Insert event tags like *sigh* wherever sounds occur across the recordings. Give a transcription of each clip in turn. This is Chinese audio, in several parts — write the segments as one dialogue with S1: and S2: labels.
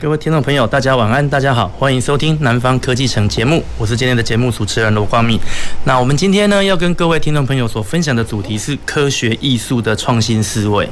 S1: 各位听众朋友，大家晚安，大家好，欢迎收听《南方科技城》节目，我是今天的节目主持人罗光敏。那我们今天呢，要跟各位听众朋友所分享的主题是科学艺术的创新思维。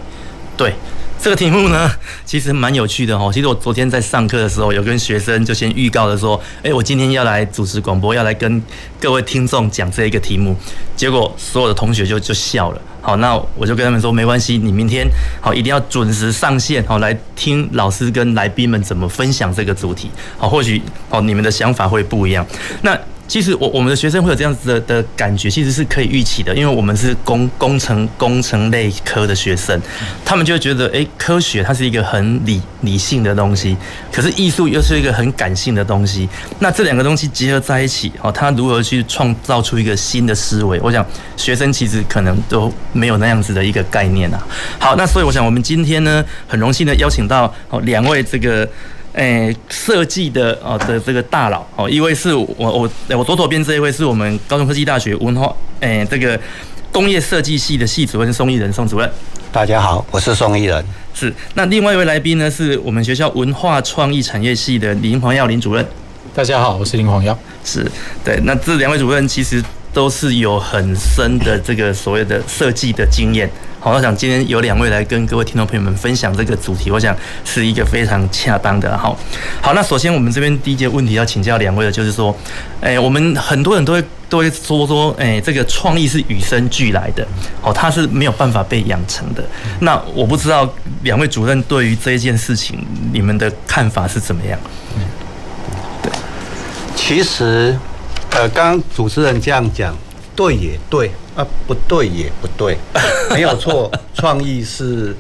S1: 对这个题目呢，其实蛮有趣的哦。其实我昨天在上课的时候，有跟学生就先预告了说，诶，我今天要来主持广播，要来跟各位听众讲这一个题目。结果所有的同学就就笑了。好，那我就跟他们说，没关系，你明天好一定要准时上线，好来听老师跟来宾们怎么分享这个主题。好，或许哦你们的想法会不一样。那其实我我们的学生会有这样子的的感觉，其实是可以预期的，因为我们是工工程工程类科的学生，他们就会觉得，诶，科学它是一个很理理性的东西，可是艺术又是一个很感性的东西。那这两个东西结合在一起，哦，它如何去创造出一个新的思维？我想学生其实可能都没有那样子的一个概念啊。好，那所以我想我们今天呢，很荣幸的邀请到哦两位这个。诶，哎设计的哦的这个大佬哦，一位是我我诶我左手边这一位是我们高中科技大学文化诶这个工业设计系的系主任宋义仁宋主任
S2: 大家好，我是宋义人。
S1: 是，那另外一位来宾呢是我们学校文化创意产业系的林黄耀林主任
S3: 大家好，我是林黄耀。
S1: 是对，那这两位主任其实都是有很深的这个所谓的设计的经验。好，我想今天有两位来跟各位听众朋友们分享这个主题，我想是一个非常恰当的。好，好，那首先我们这边第一节问题要请教两位的，就是说，诶、我们很多人都会都会说说，诶、这个创意是与生俱来的，哦，它是没有办法被养成的。那我不知道两位主任对于这一件事情，你们的看法是怎么样？
S2: 其实，呃，刚刚主持人这样讲，对也对啊，不对也不对， *laughs* 没有错。创意是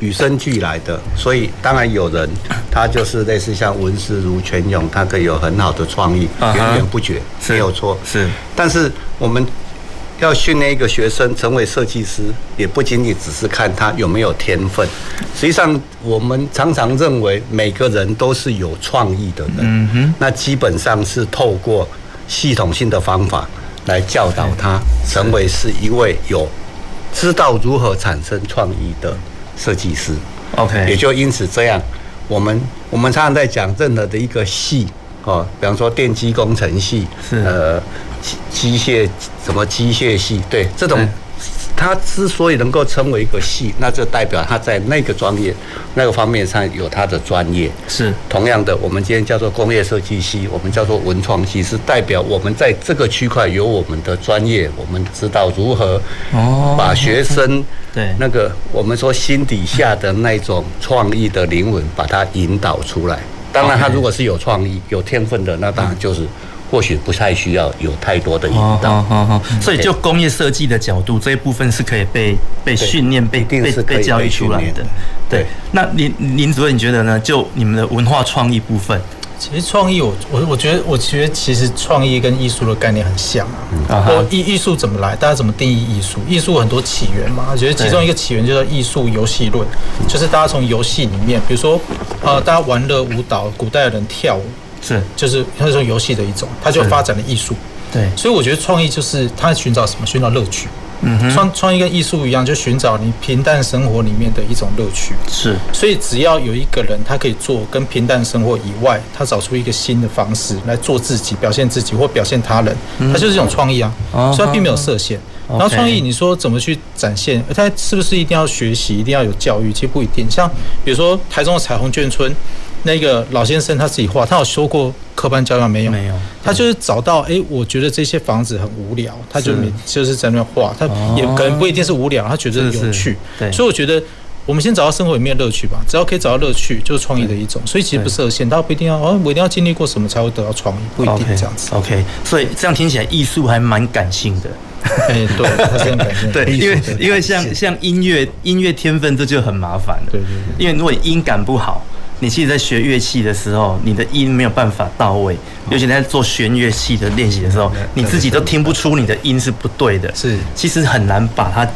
S2: 与生俱来的，所以当然有人他就是类似像文思如泉涌，他可以有很好的创意，
S1: 啊哈
S2: 源源不绝，
S1: 是
S2: 没有错。
S1: 是
S2: 但是我们要训练一个学生成为设计师，也不仅仅只是看他有没有天分。实际上，我们常常认为每个人都是有创意的人，那基本上是透过系统性的方法来教导他成为是一位有知道如何产生创意的设计师。
S1: OK
S2: 也就因此这样，我们我们常常在讲任何的一个系哦，比方说电机工程系，
S1: 是
S2: 呃机机械什么机械系，对这种
S1: 对。
S2: 它之所以能够称为一个系，那就代表它在那个专业、那个方面上有它的专业。
S1: 是
S2: 同样的，我们今天叫做工业设计系，我们叫做文创系，是代表我们在这个区块有我们的专业，我们知道如何
S1: 哦
S2: 把学生
S1: 对
S2: 那个我们说心底下的那种创意的灵魂，把它引导出来。当然，他如果是有创意、有天分的，那当然就是或许不太需要有太多的引
S1: 嗯哦
S2: 导
S1: 哦。哦哦，所以就工业设计的角度，这一部分是可以被被训练、被
S2: 一定
S1: 被
S2: 是可以
S1: 被教育
S2: 被训
S1: 出来
S2: 练
S1: 的
S2: 的。
S1: 对
S2: 对，
S1: 那林林主任，你觉得呢？就你们的文化创意部分，
S3: 其实创意我，我我觉得，我觉得其实创意跟艺术的概念很像
S1: 啊
S3: 啊。
S1: 哈
S3: 我艺艺术怎么来？大家怎么定义艺术？艺术有很多起源嘛，我觉得其中一个起源就叫艺术游戏论，就是大家从游戏里面，比如说呃，大家玩乐舞蹈，古代的人跳舞，
S1: 是
S3: 就是它是从游戏的一种，它就是发展了艺术。
S1: 对
S3: 所以我觉得创意就是他寻找什么？寻找乐趣。
S1: 嗯哼
S3: 创创意跟艺术一样，就寻找你平淡生活里面的一种乐趣。
S1: 是
S3: 所以只要有一个人，他可以做跟平淡生活以外，他找出一个新的方式来做自己、表现自己或表现他人，他就是一种创意啊
S1: 嗯哦。
S3: 所以他并没有设限。
S1: OK
S3: 然后创意，你说怎么去展现？呃他是不是一定要学习，一定要有教育？其实不一定。像比如说台中的彩虹眷村，那个老先生他自己画，他有修过科班教育吗没有？
S1: 没有
S3: 他就是找到哎、诶我觉得这些房子很无聊，他就是每就是在那边画，他
S1: 哦
S3: 也可能不一定是无聊，他觉得
S1: 是是
S3: 有趣。
S1: 对
S3: 所以我觉得我们先找到生活里面的乐趣吧，只要可以找到乐趣，就是创意的一种。所以其实不设限，大家不一定要哦，我一定要经历过什么才会得到创意，不一定
S1: OK
S3: 这样子。
S1: OK，所以这样听起来艺术还蛮感性的。
S3: 哎、对，
S1: *laughs*
S3: 他这样感觉。
S1: 对，
S3: 艺术
S1: 因为
S3: 的
S1: 因为
S3: 感
S1: 像
S3: 觉
S1: 像音乐音乐天分这就很麻烦了。
S3: 对对对
S1: 因为如果你音感不好，你其实，在学乐器的时候，你的音没有办法到位，
S3: 哦
S1: 尤其你在做弦乐器的练习的时候，你自己都听不出你的音是不对的。
S3: 是
S1: 其实很难把它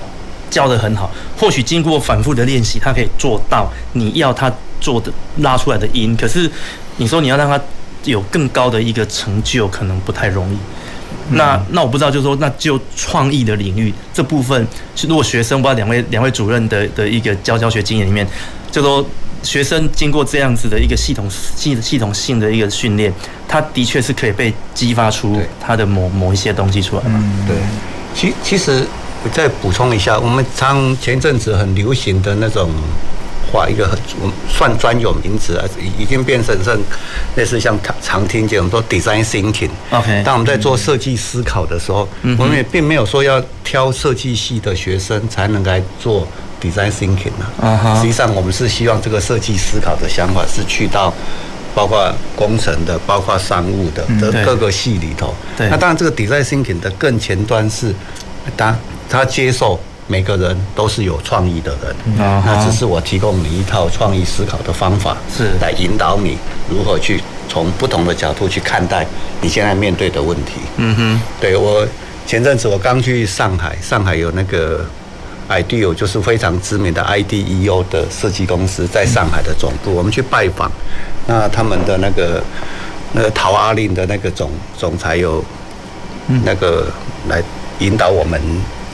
S1: 教得很好。或许经过反复的练习，它可以做到你要它做的拉出来的音。可是你说你要让它有更高的一个成就，可能不太容易。那那我不知道，就是说，那就创意的领域这部分，如果学生，不知道两位两位主任的的一个教教学经验里面，就说学生经过这样子的一个系统系系统性的一个训练，他的确是可以被激发出
S2: 对
S1: 他的某某一些东西出来嘛。
S2: 对，其其实我再补充一下，我们常前阵子很流行的那种画一个很算专有名词啊，已已经变成像类似像常常听见我们说 design thinking。
S1: OK 嗯
S2: 当我们在做设计思考的时候，我们也并没有说要挑设计系的学生才能来做 design thinking
S1: 啊哈
S2: 啊。实际上，我们是希望这个设计思考的想法是去到。包括工程的，包括商务的，
S1: 嗯对
S2: 的各个系里头。
S1: 对
S2: 那当然，这个 design thinking 的更前端是，他他接受每个人都是有创意的人，
S1: 啊哈
S2: 那只是我提供你一套创意思考的方法，
S1: 是
S2: 来引导你如何去从不同的角度去看待你现在面对的问题。嗯哼，对我前阵子我刚去上海，上海有那个 IDEO，就是非常知名的 IDEO 的设计公司，在上海的总部，我们去拜访，那他们的那个那个陶阿令的那个总总裁有那个来引导我们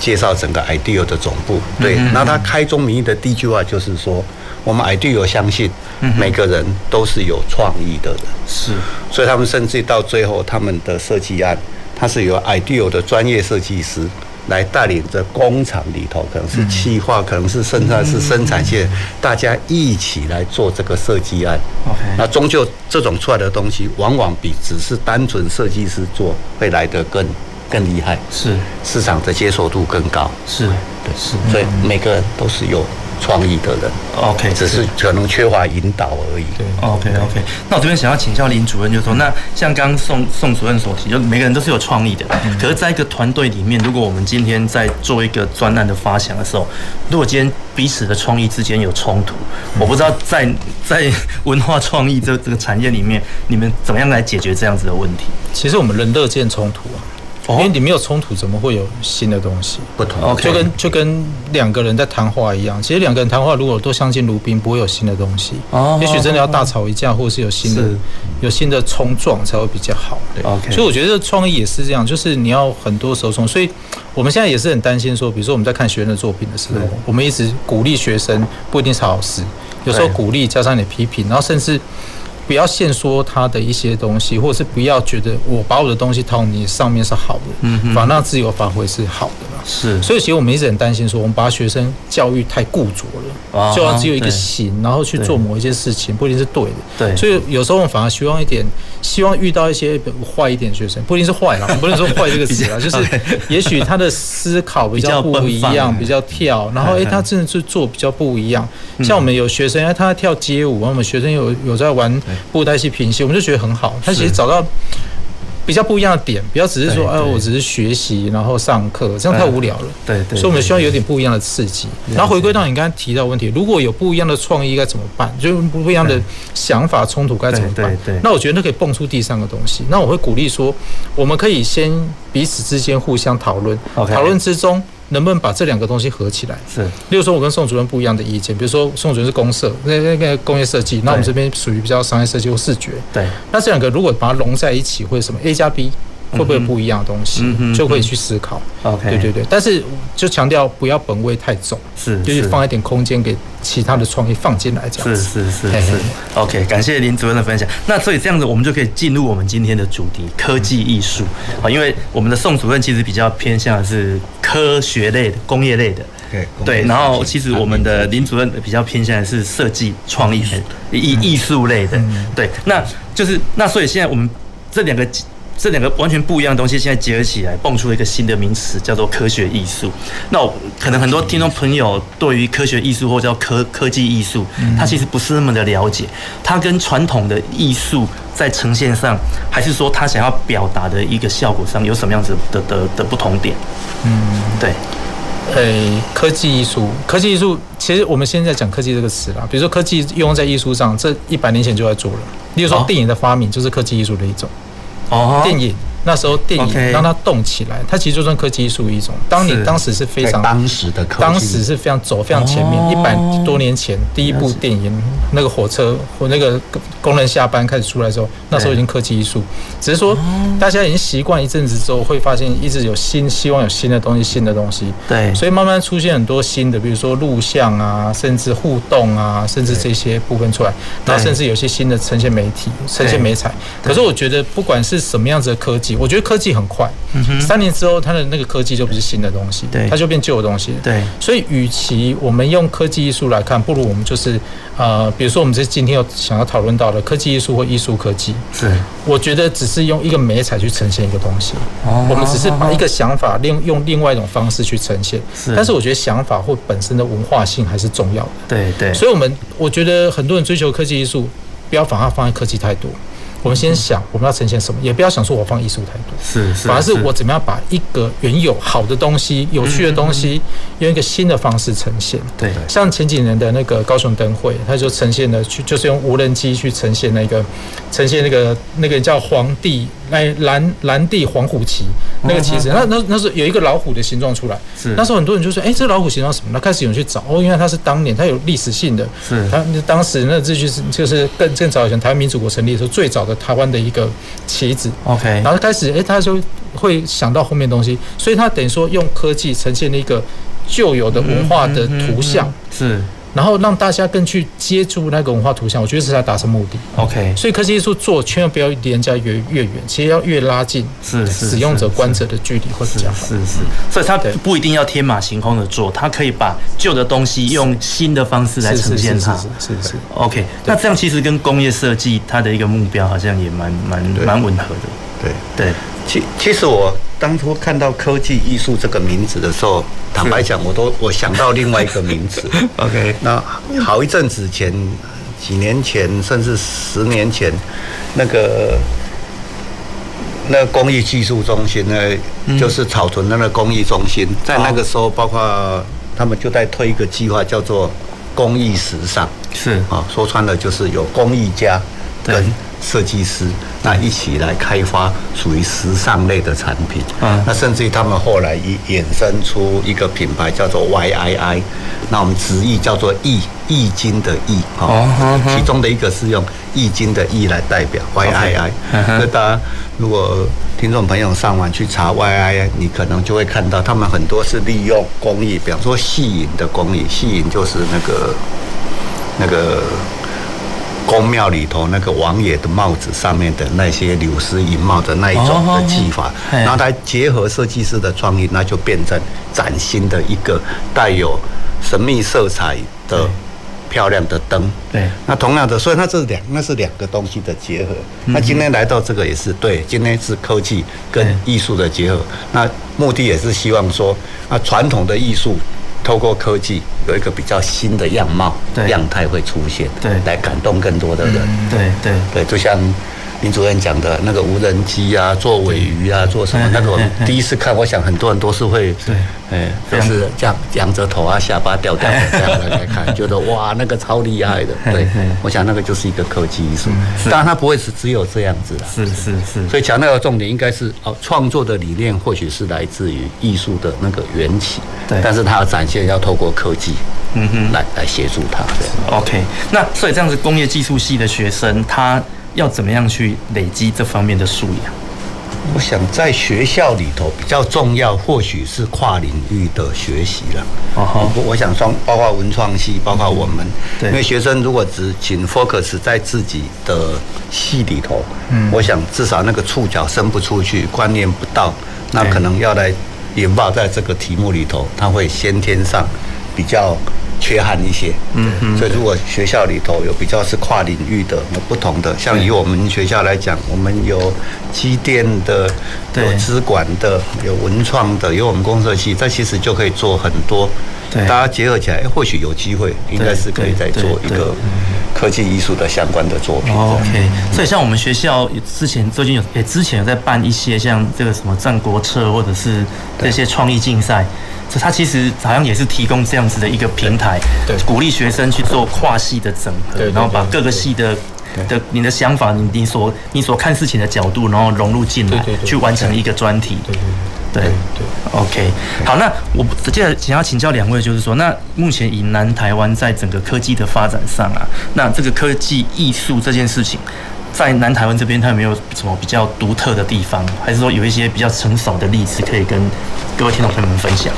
S2: 介绍整个 IDEO 的总部。对，那他开宗明义的第一句话就是说，我们 IDEO 相信每个人都是有创意的人，
S1: 是
S2: 所以他们甚至到最后他们的设计案，它是由 IDEO 的专业设计师。来带领着工厂里头，可能是企划，可能是甚至是生产线，大家一起来做这个设计案。
S1: OK
S2: 那终究这种出来的东西，往往比只是单纯设计师做会来得更更厉害，
S1: 是
S2: 市场的接受度更高。
S1: 是
S2: 对，
S1: 是
S2: 所以每个人都是有创意的人，
S1: OK，
S2: 只是可能缺乏引导而已。对
S1: OK OK，那我这边想要请教林主任，就是说，那像刚刚宋宋主任所提，就每个人都是有创意的，
S3: 嗯
S1: 可是在一个团队里面，如果我们今天在做一个专案的发想的时候，如果今天彼此的创意之间有冲突，
S3: 嗯
S1: 我不知道在 *laughs* 在文化创意这这个产业里面，你们怎么样来解决这样子的问题？
S3: 其实我们人乐见冲突啊，
S1: 哦
S3: 因为你没有冲突，怎么会有新的东西？
S2: 不同
S1: OK
S3: 就跟就跟两个人在谈话一样，其实两个人谈话如果都相敬如宾，不会有新的东西。
S1: 哦
S3: 也许真的要大吵一架，或是有新的
S1: 是
S3: 有新的冲撞才会比较好。对
S1: OK
S3: 所以我觉得创意也是这样，就是你要很多时候从，所以我们现在也是很担心说，比如说我们在看学生的作品的时候，我们一直鼓励学生不一定是好事，有时候
S1: 对
S3: 鼓励加上你批评，然后甚至。不要限缩他的一些东西，或者是不要觉得我把我的东西套你上面是好的，嗯，反而让自由发挥是好的嘛。
S1: 是
S3: 所以其实我们一直很担心，说我们把学生教育太固着了，
S1: 啊
S3: 就要只有一个
S1: 对
S3: 形，然后去做某一件事情，不一定是对的。
S1: 对
S3: 所以有时候我们反而希望一点，希望遇到一些坏一点的学生，不一定是坏啦，我们不能说坏
S1: *laughs*
S3: 这个词啦，
S1: 比
S3: 就
S1: 较
S3: 是 *laughs* 也许他的思考比较
S1: 比较
S3: 不一
S1: 奔
S3: 样，
S1: 放嗯
S3: 比较跳，然后诶，他真的是做比较不一样。像我们有学生，哎他跳街舞，然后我们学生有有在玩布袋戏、平戏，我们就觉得很好。他其实找到。比较不一样的点，不要只是说，
S1: 对
S3: 哎，
S1: 对
S3: 我只是学习，然后上课，这样太无聊了。
S1: 对对对
S3: 所以我们需要有点不一样的刺激。然后回归到你刚才提到的问题，如果有不一样的创意该怎么办？就是不一样的想法冲突该怎么办？
S1: 对对对
S3: 那我觉得那可以蹦出第三个东西。那我会鼓励说，我们可以先彼此之间互相讨论，
S1: OK
S3: 讨论之中能不能把这两个东西合起来？
S1: 是
S3: 例如说，我跟宋主任不一样的意见，比如说宋主任是公社，那那个工业设计，那我们这边属于比较商业设计或视觉。
S1: 对
S3: 那这两个如果把它融在一起，会什么 A 加 B 会不会有不一样的东西，
S1: 嗯哼
S3: 就可以去思考。
S1: OK
S3: 对对对，但是就强调不要本位太重，
S1: 是
S3: 就是
S1: 是
S3: 放一点空间给其他的创意放进来这样
S1: 是
S3: 子。
S1: 是是
S3: 嘿
S1: 是
S3: 嘿
S1: ，OK，感谢林主任的分享。那所以这样子，我们就可以进入我们今天的主题——科技艺术啊。因为我们的宋主任其实比较偏向的是科学类的、工业类的，
S2: 对
S1: 对。然后其实我们的林主任比较偏向的是设计、创意
S3: 嗯
S1: 类、艺艺术类的，对。那就是那所以现在我们这两个。这两个完全不一样的东西，现在结合起来，蹦出了一个新的名词，叫做科学艺术。那我可能很多听众朋友对于科学艺术或叫科科技艺术，
S3: 嗯
S1: 它其实不是那么的了解。它跟传统的艺术在呈现上，还是说它想要表达的一个效果上，有什么样子的的的的不同点？嗯，对，
S3: 诶、哎科技艺术，科技艺术其实我们现在讲科技这个词啦，比如说科技用在艺术上，这一百年前就在做了。例如说
S1: 哦
S3: 电影的发明就是科技艺术的一种，
S1: 哦，
S3: 电影那时候电
S1: OK
S3: 影让它动起来，它其实就算科技艺术一种。当你
S1: 是
S3: 当时是非
S2: 在
S3: 常
S2: 当时的科技，
S3: 当时是非常走非常前面，一
S1: 哦
S3: 百多年前第一部电影那个火车或那个工人下班开始出来之后，那时候已经科技艺术，只是说
S1: 哦
S3: 大家已经习惯一阵子之后，会发现一直有新希望有新的东西，新的东西，
S1: 对，
S3: 所以慢慢出现很多新的，比如说录像啊，甚至互动啊，甚至这些部分出来，然后甚至有些新的呈现媒体、呈现媒材。可是我觉得不管是什么样子的科技，我觉得科技很快，
S1: 嗯
S3: 三年之后它的那个科技就不是新的东西
S1: 对，
S3: 它就变旧的东西了。
S1: 对
S3: 所以与其我们用科技艺术来看，不如我们就是呃，比如说我们这今天要想要讨论到的科技艺术或艺术科技，
S1: 是
S3: 我觉得只是用一个美彩去呈现一个东西，
S1: 哦
S3: 我们只是把一个想法另用另外一种方式去呈现。
S1: 是
S3: 但是我觉得想法或本身的文化性还是重要的。
S1: 对对，
S3: 所以我们我觉得很多人追求科技艺术，不要把它放在科技太多。我们先想我们要呈现什么，也不要想说我放艺术太多。
S1: 是是，
S3: 反而是我怎么样把一个原有好的东西、有趣的东
S1: 嗯
S3: 西，用一个新的方式呈现。
S1: 对
S3: 像前几年的那个高雄灯会，它就呈现了去，就是用无人机去呈现那个，呈现那个那个叫皇帝哎蓝蓝地黄虎旗那个旗子，那那那是有一个老虎的形状出来
S1: 哦是，
S3: 那时候很多人就说，哎、这老虎形状什么？那开始有人去找，哦，原来它是当年它有历史性的，
S1: 是
S3: 它当时那这就是就是更更早以前台湾民主国成立的时候最早的台湾的一个旗子，
S1: OK，
S3: 然后开始，哎、他就会想到后面的东西，所以他等于说用科技呈现了一个旧有的文化
S1: 嗯
S3: 的图像，
S1: 是
S3: 然后让大家更去接触那个文化图像，我觉得是他达成目的。
S1: OK，
S3: 所以科技艺术做，千万不要离人家越越远，其实要越拉近
S1: 是是
S3: 使用者、
S1: 是
S3: 观者的距离会比
S1: 是
S3: 较好。
S1: 是是，所以它
S3: 对
S1: 不一定要天马行空的做，它可以把旧的东西用新的方式来呈现它。
S3: 是是是是是
S1: OK，那这样其实跟工业设计它的一个目标好像也蛮蛮蛮吻合的。
S2: 对。
S1: 对，
S2: 其其实我当初看到科技艺术这个名字的时候，坦白讲，
S1: *laughs*
S2: 我都我想到另外一个名字。
S1: OK
S2: 那好一阵子前，几年前甚至十年前，那个那个工艺技术中心呢，
S1: 嗯
S2: 就是草屯那个工艺中心，
S1: 哦
S2: 在那个时候，包括他们就在推一个计划，叫做工艺时尚。
S1: 是
S2: 啊，说穿了就是有工艺家跟
S1: 对
S2: 设计师那一起来开发属于时尚类的产品。
S1: 嗯
S2: 那甚至于他们后来一衍生出一个品牌叫做 YII，那我们直译叫做易易经的易啊，
S1: 哦嗯哼
S2: 其中的一个是用易经的易来代表 YII。
S1: 嗯哼
S2: 那大家如果听众朋友上网去查 YII，你可能就会看到他们很多是利用工艺，比方说戏影的工艺，戏影就是那个那个宫庙里头那个王爷的帽子上面的那些柳丝银帽的那一种的技法
S1: 哦，嘿
S2: 然后它结合设计师的创意，那就变成崭新的一个带有神秘色彩的漂亮的灯。
S1: 对
S2: 那同样的，所以它这两那是两个东西的结合。
S1: 嗯
S2: 那今天来到这个也是对，今天是科技跟艺术的结合。那目的也是希望说，那传统的艺术透过科技有一个比较新的样貌、
S1: 对
S2: 样态会出现，
S1: 对嗯
S2: 来感动更多的人。
S1: 对对
S2: 对，就像林主任讲的那个无人机啊，做尾鱼啊，做什么
S1: 嗯
S2: 那个，我
S1: 嗯嗯
S2: 第一次看，我想很多人都是会，
S1: 对
S2: 哎，
S1: 非
S2: 就
S1: 常
S2: 是这样仰着头啊，下巴掉掉的这样来来
S1: *laughs*
S2: 看，觉得哇，那个超厉害的。
S1: 嘿
S2: 对
S1: 嘿，嗯
S2: 我想那个就是一个科技艺术，
S1: 是
S2: 当然它不会是只有这样子啦。
S1: 是是是，
S2: 所以强调的重点应该是哦，创作的理念或许是来自于艺术的那个缘起，
S1: 对
S2: 但是它的展现要透过科技，嗯哼，来来协助它这样。
S1: OK，那所以这样子工业技术系的学生，他要怎么样去累积这方面的素养？
S2: 我想在学校里头比较重要，或许是跨领域的学习了。
S1: 哦吼
S2: 我我想双包括文创系，包括我们，
S1: 嗯对
S2: 因为学生如果只仅 focus 在自己的系里头，嗯，我想至少那个触角伸不出去，观念不到，那
S1: 对
S2: 可能要来引爆在这个题目里头，他会先天上比较。缺憾一些，嗯，所以如果学校里头有比较是跨领域的有不同的，像以我们学校来讲，我们有机电的，
S1: 对
S2: 有资管的，有文创的，有我们工设系，这其实就可以做很多。
S1: 对
S2: 大家结合起来，哎或许有机会，应该是可以再
S1: 对对
S2: 做一
S1: 对
S2: 个科技艺术的相关的作品。
S1: 哦 OK，所以像我们学校之前最近有，诶，之前有在办一些像这个什么战国策或者是这些创意竞赛，这它其实好像也是提供这样子的一个平台，
S3: 对对
S1: 鼓励学生去做跨系的整合，
S3: 对对
S1: 然后把
S3: 对
S1: 各个系的。的你的想法，你你所你所看事情的角度，然后融入进来
S3: 对对，对
S1: 去完成一个专题。
S3: 对
S1: 对
S3: 对。
S1: OK，好，那我接着想要请教两位，就是说，那目前以南台湾在整个科技的发展上啊，那这个科技艺术这件事情，在南台湾这边，它有没有什么比较独特的地方，还是说有一些比较成熟的例子可以跟各位听众朋友们分享？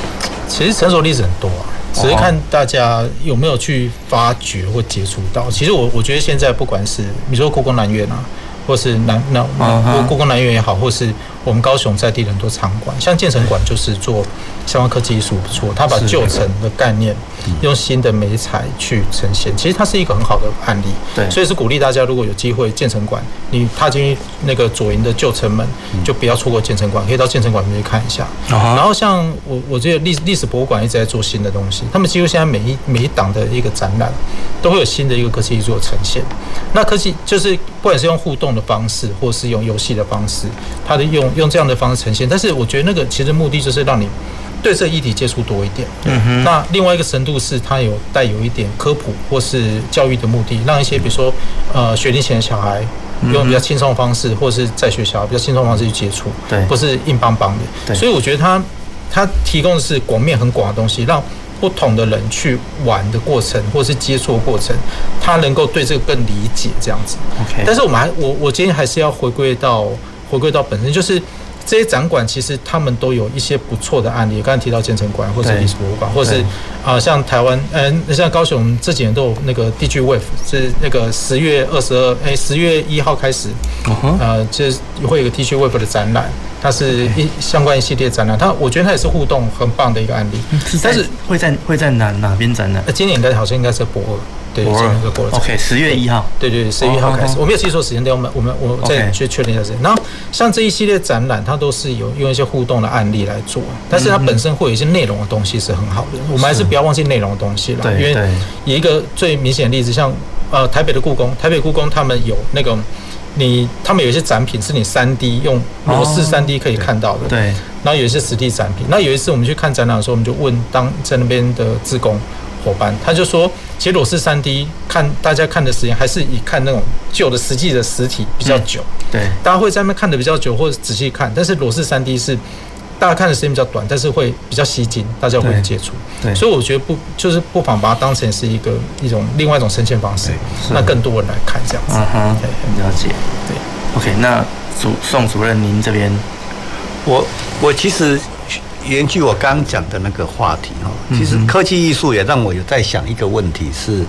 S3: 其实成熟例子很多啊，只是看大家有没有去发掘或接触到。其实我我觉得现在不管是你说故宫南院啊，或是南南
S1: 嗯哼
S3: 南故宫南院也好，或是我们高雄在地的很多场馆，像建成馆就是做相关科技艺术不错，它把
S1: 是
S3: 旧城的概念用新的美材去呈现，其实它是一个很好的案例。
S1: 对
S3: 所以是鼓励大家，如果有机会建成馆，你踏进那个左营的旧城门，就不要错过建成馆，可以到建成馆里面去看一下。
S1: 啊哈
S3: 然后像我，我觉得历历史博物馆一直在做新的东西，他们几乎现在每一每一档的一个展览都会有新的一个科技艺术的呈现。那科技就是不管是用互动的方式，或是用游戏的方式，它的用用这样的方式呈现。但是我觉得那个其实目的就是让你对这议题接触多一点。嗯哼。那另外一个深度是它有带有一点科普或是教育的目的，让一些比如说呃学龄前的小孩。用比较轻松的方式，或者是在学校比较轻松的方式去接触，
S1: 对
S3: 不是硬邦邦
S1: 对
S3: 的。所以我觉得它它提供的是广面很广的东西，让不同的人去玩的过程，或是接触的过程，他能够对这个更理解这样子。
S1: OK
S3: 但是我们还我我今天还是要回归到回归到本身，就是这些展馆其实他们都有一些不错的案例，刚才提到建成馆或者
S1: 对
S3: 历史博物馆，或是
S1: 对
S3: 啊、呃像台湾嗯、像高雄这几年都有那个 DG Wave，是那个十月二十二哎十月一号开始，
S1: 嗯哼
S3: 呃，就是会有一个 T 恤 Web 的展览，它是一相关一系列展览，它我觉得它也是互动很棒的一个案例。但
S1: 但
S3: 是
S1: 是会在会在哪哪边展览
S3: 呃，？今年应该好像应该是博尔，对，今年是博尔展。
S1: OK，十月一号。
S3: 对对，十一号开始，我没有记错时间，等我们我们我再
S1: 哦 OK
S3: 去确认一下时间。然后像这一系列展览，它都是有用一些互动的案例来做，但是它本身会有一些内容的东西是很好的，我们还是不要忘记内容的东西了。
S1: 嗯对
S3: 因
S1: 对
S3: 为以一个最明显的例子，像呃台北的故宫，台北故宫他们有那个你他们有一些展品是你三 D 用裸视
S1: 哦
S3: 三 D 可以看到的，
S1: 对，
S3: 然后有一些实地展品。那有一次我们去看展览的时候，我们就问当在那边的志工伙伴，他就说，其实裸视三 D 看大家看的时间还是以看那种旧的实际的实体比
S1: 嗯
S3: 较久，
S1: 对，
S3: 大家会在那边看的比较久或者仔细看，但是裸视三 D 是。大家看的时间比较短，但是会比较吸睛，大家会
S1: 对
S3: 接触。
S1: 对
S3: 所以我觉得不就是不妨把它当成是一个一种另外一种呈现方式，那更多人来看这样子。
S1: 嗯哼
S3: 对，
S1: 了解。
S3: 对
S1: OK，那主宋主任您这边
S2: 我我其实延续我刚讲的那个话题哈，
S1: 嗯
S2: 其实科技艺术也让我有在想一个问题是，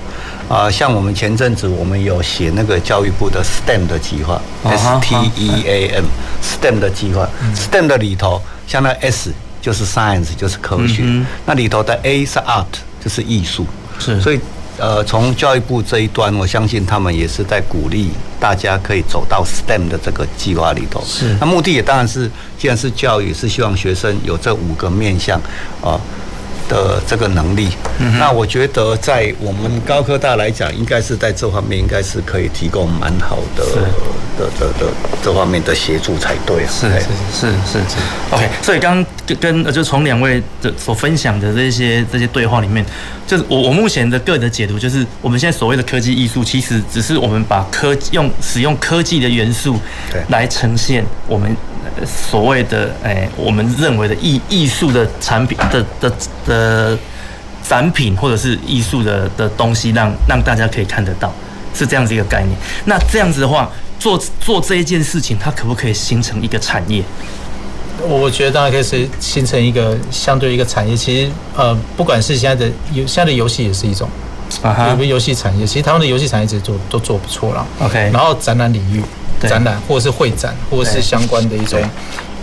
S2: 啊、像我们前阵子我们有写那个教育部的 STEM 的计划
S1: 啊哈嗯
S2: ，S T E A M STEM 的计划，STEM 的里头，像那 S 就是 Science 就是科学，
S1: 嗯
S2: 那里头的 A 是 Art 就是艺术，
S1: 是
S2: 所以。呃，从教育部这一端，我相信他们也是在鼓励大家可以走到 STEM 的这个计划里头。
S1: 是
S2: 那目的也当然是，既然是教育，是希望学生有这五个面向啊、的这个能力。
S1: 嗯
S2: 那我觉得在我们高科大来讲，应该是在这方面应该是可以提供蛮好的的的的这方面的协助才对啊。
S1: 是
S2: 哎哦
S1: 是是是，OK。所以刚刚跟跟呃就从两位的所分享的这些这些对话里面，就是我我目前的个人的解读，就是我们现在所谓的科技艺术，其实只是我们把科用使用科技的元素
S2: 对
S1: 来呈现我们呃所谓的诶、哎我们认为的艺艺术的产品的的的展品或者是艺术的的东西让，让大家可以看得到，是这样子一个概念。那这样子的话，做做这一件事情，它可不可以形成一个产业？
S3: 我我觉得当然可以是形成一个相对一个产业。其实呃，不管是现在的游现在的游戏也是一种，
S1: 啊
S3: 有
S1: 哈
S3: 个游戏产业，其实台湾的游戏产业一直做都做不错啦。
S1: ，OK，
S3: 然后展览领域，
S1: 对
S3: 展览或者是会展，或者是相关的一种
S2: 对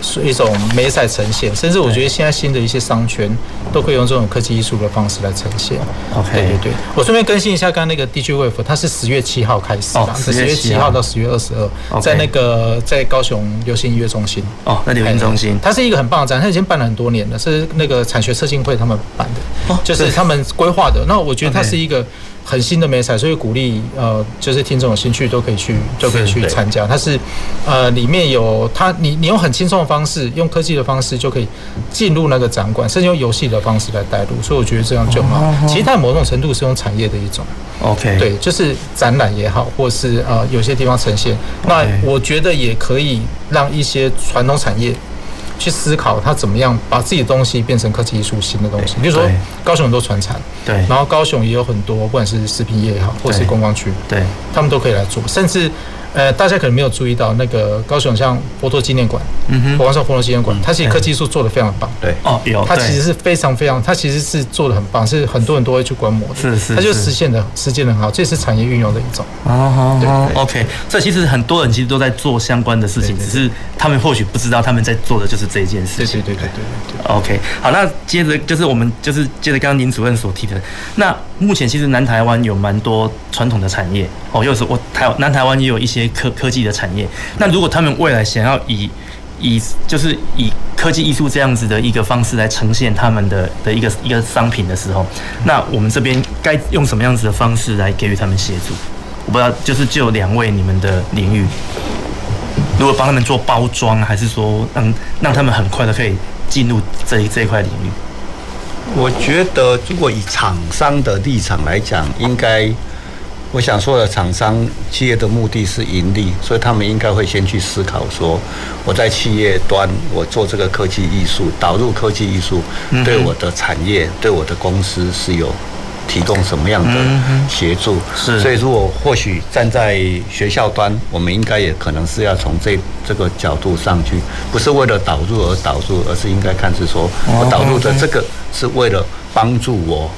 S3: 是一种美彩呈现，甚至我觉得现在新的一些商圈都可以用这种科技艺术的方式来呈现。
S1: OK
S3: 对对对，我顺便更新一下刚刚那个 DJ Wave，它是十月七号开始
S1: 哦
S3: 啦，是
S1: 10
S3: 十
S1: 月
S3: 月
S1: 7
S3: 七
S1: 号
S3: 号到十月二十二，
S1: OK
S3: 在那个在高雄流行音乐中心。
S1: 哦，那流行中心
S3: 哎，它是一个很棒的展，它已经办了很多年了，是那个产学策进会他们办的，就是他们规划的。那我觉得它
S1: OK
S3: 是一个很新的美彩，所以鼓励呃，就是听众有兴趣都可以去都可以去
S1: 对
S3: 参加。它是呃里面有它，你你用很轻松的方式，用科技的方式就可以进入那个展馆，甚至用游戏的方式来带入，所以我觉得这样就很好。其实它某种程度是用产业的一种。
S1: OK，
S3: 对，就是展览也好，或是呃有些地方呈现。那
S1: OK
S3: 我觉得也可以让一些传统产业去思考它怎么样把自己的东西变成科技艺术新的东西。比如说
S1: 哎对
S3: 高雄很多传产，
S1: 对
S3: 然后高雄也有很多不管是食品业也好，或是
S1: 对
S3: 观光区，
S1: 对
S3: 他们都可以来做，甚至。呃，大家可能没有注意到，那个高雄像波多纪念馆，
S1: 嗯哼
S3: 黄少波多纪念馆，它其实
S1: 对
S3: 科技艺术做的非常棒，
S2: 对，
S1: 哦，有，
S3: 它
S1: 对
S3: 其实是非常非常，它其实是做的很棒，是很多人都会去观摩的，
S1: 是是
S3: 它就是实现的实践的很好，这也是产业运用的一种。
S1: 哦哦哦
S3: 对
S1: ，OK，这其实很多人其实都在做相关的事情，
S3: 对
S1: 只
S3: 对
S1: 是他们或许不知道他们在做的就是这件事
S3: 对
S1: 情
S3: 对。对对对对。
S1: OK，好，那接着就是我们就是接着刚刚林主任所提的，那目前其实南台湾有蛮多传统的产业哦，又是我台南台湾也有一些科科技的产业，那如果他们未来想要以以就是以科技艺术这样子的一个方式来呈现他们的的一个一个商品的时候，那我们这边该用什么样子的方式来给予他们协助？我不知道，就是就两位你们的领域，如果帮他们做包装，还是说让让他们很快的可以进入这一这一块领域？
S2: 我觉得如果以厂商的立场来讲，应该我想说的，厂商企业的目的是盈利，所以他们应该会先去思考说，我在企业端我做这个科技艺术，导入科技艺术，对我的产业、对我的公司是有提供什么样的协助。
S1: 是
S2: 所以如果或许站在学校端，我们应该也可能是要从这这个角度上去，不是为了导入而导入，而是应该看是说我导入的这个是为了帮助我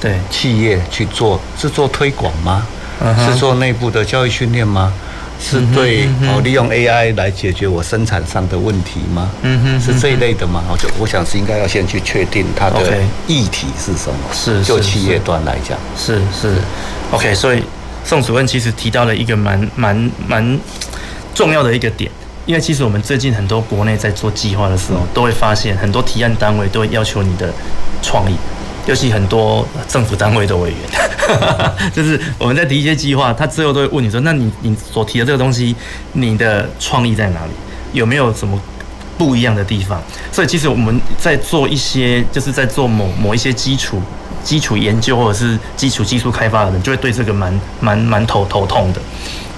S1: 对，
S2: 企业去做，是做推广吗
S1: 嗯？哼嗯
S2: 是做内部的教育训练吗？是对哦，利用 AI 来解决我生产上的问题吗？
S1: 嗯哼
S2: 是这一类的吗？我就我想是应该要先去确定它的
S1: OK
S2: 议题是什么。
S1: 是
S2: 就是企业端来讲，
S1: 是是，OK，所以宋主任其实提到了一个蛮蛮蛮重要的一个点。因为其实我们最近很多国内在做计划的时候，都会发现很多提案单位都会要求你的创意，尤其很多政府单位的委员， *laughs* 就是我们在提一些计划，他最后都会问你说：“那你你所提的这个东西，你的创意在哪里？有没有什么不一样的地方。所以其实我们在做一些，就是在做某某一些基础基础研究或者是基础技术开发的人，就会对这个蛮蛮蛮头头痛的。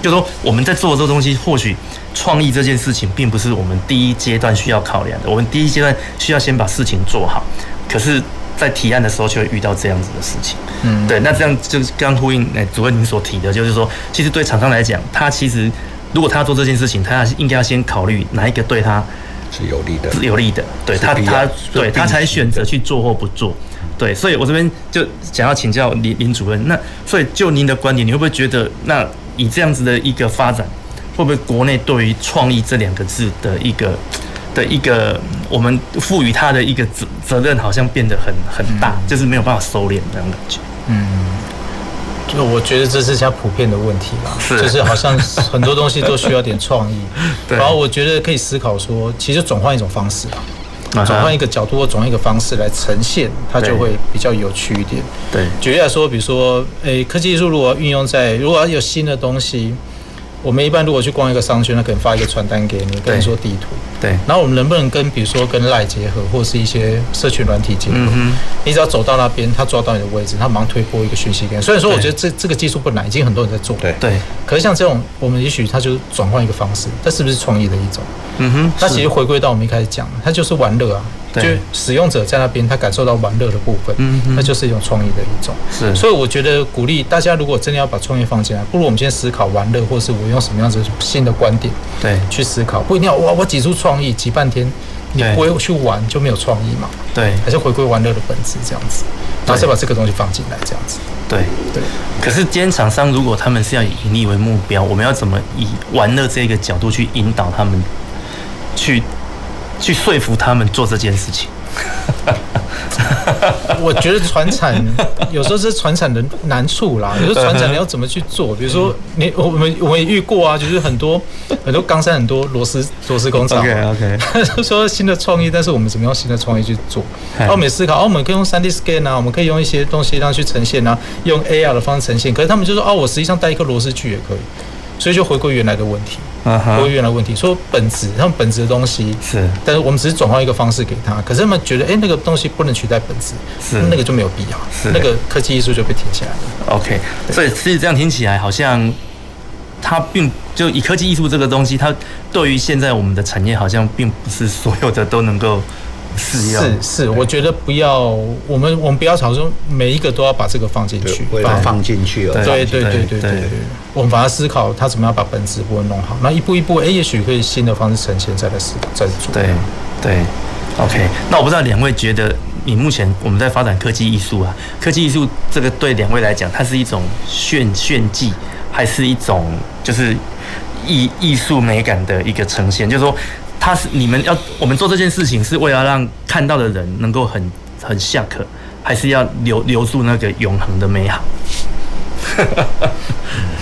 S1: 就说我们在做这个东西，或许创意这件事情并不是我们第一阶段需要考量的。我们第一阶段需要先把事情做好，可是，在提案的时候就会遇到这样子的事情。
S3: 嗯
S1: 对，那这样就是刚呼应哎，主任您所提的，就是说，其实对厂商来讲，他其实如果他做这件事情，他应该要先考虑哪一个对他
S2: 是有利的。
S1: 是有利的，对
S2: 是
S1: 他
S2: 必要
S1: 他
S2: 是
S1: 对
S2: 必
S1: 他才
S2: 须
S1: 选择去做或不做。对，所以我这边就想要请教林林主任，那所以就您的观点，你会不会觉得，那以这样子的一个发展，会不会国内对于“创意”这两个字的一个的一个我们赋予它的一个责责任，好像变得很很大，就是没有办法收敛那种感觉。
S3: 就我觉得这是家普遍的问题啦，
S1: 是，
S3: 就是好像很多东西都需要点创意
S1: *laughs* 对
S3: 然后我觉得可以思考说，其实转换一种方式
S1: 啊哈
S3: 啦，转换一个角度或转换一个方式来呈现，它
S1: 对
S3: 就会比较有趣一点。
S1: 对
S3: 举例来说，比如说，诶、科技艺术如果运用在，如果要有新的东西，我们一般如果去逛一个商圈，他可能发一个传单给你，跟你说地图。
S1: 对
S3: 然后我们能不能跟比如说跟赖结合，或是一些社群软体结合？
S1: 嗯哼
S3: 你只要走到那边，他抓到你的位置，他马上推播一个讯息给你。虽然说我觉得这这个技术不难，已经很多人在做。
S2: 对
S1: 嗯对，
S3: 可是像这种，我们也许它就转换一个方式，这是不是创意的一种？
S1: 嗯哼，
S3: 那其实回归到我们一开始讲，它就是玩乐啊，就
S1: 对
S3: 使用者在那边他感受到玩乐的部分，
S1: 嗯哼
S3: 那就是一种创意的一种。
S1: 是
S3: 所以我觉得鼓励大家，如果真的要把创业放进来，不如我们先思考玩乐，或是我用什么样子新的观点
S1: 对
S3: 去思考，不一定要哇，我挤出创意挤半天，你
S1: 对
S3: 不会去玩就没有创意嘛，
S1: 对
S3: 还是回归玩乐的本质这样子，然后
S1: 对
S3: 再把这个东西放进来这样子。
S1: 对。
S3: 对，
S1: 可是，今天厂商如果他们是要以盈利为目标，我们要怎么以玩乐这个角度去引导他们，去去说服他们做这件事情？
S3: 我觉得传
S1: *laughs*
S3: 产有时候是传产的难处啦，有时候传产你要怎么去
S1: 嗯
S3: 做？比如说你我们我也遇过啊，就是很多很多冈山很多螺丝螺丝工厂
S1: OK OK，
S3: 就说新的创意，但是我们怎么用新的创意去做？
S1: 嗯
S3: 然后我们也思考，哦，我们可以用 3D scan 啊，我们可以用一些东西让它去呈现啊，用 AR 的方式呈现。可是他们就说，哦，我实际上带一颗螺丝锯也可以，所以就回归原来的问题，
S1: 嗯
S3: 回归
S1: 哼，
S3: 原来的问题，说本质，他们本质的东西
S1: 是
S3: 但是我们只是转换一个方式给他，可是他们觉得，哎、那个东西不能取代本质，
S1: 是
S3: 那个就没有必要
S1: 是，
S3: 那个科技艺术就被停下来了。
S1: OK，所以其实这样听起来好像。它并就以科技艺术这个东西，它对于现在我们的产业好像并不是所有的都能够适用。
S3: 是是，我觉得不要，我们我们不要吵说每一个都要把这个放进
S2: 对
S3: 去，
S2: 为
S3: 把
S2: 了放进去哦而
S3: 对
S1: 对对
S3: 对对对对
S1: 对
S3: 对，我们反而思考他怎么样把本质部分弄好，那一步一步，哎、也许可以新的方式呈现，再来思再来做。
S1: 对对，OK。那我不知道两位觉得，你目前我们在发展科技艺术啊，科技艺术这个对两位来讲，它是一种炫炫技，还是一种就是艺艺术美感的一个呈现？就是说，它是你们要我们做这件事情，是为了让看到的人能够很很下课，还是要留留住那个永恒的美好？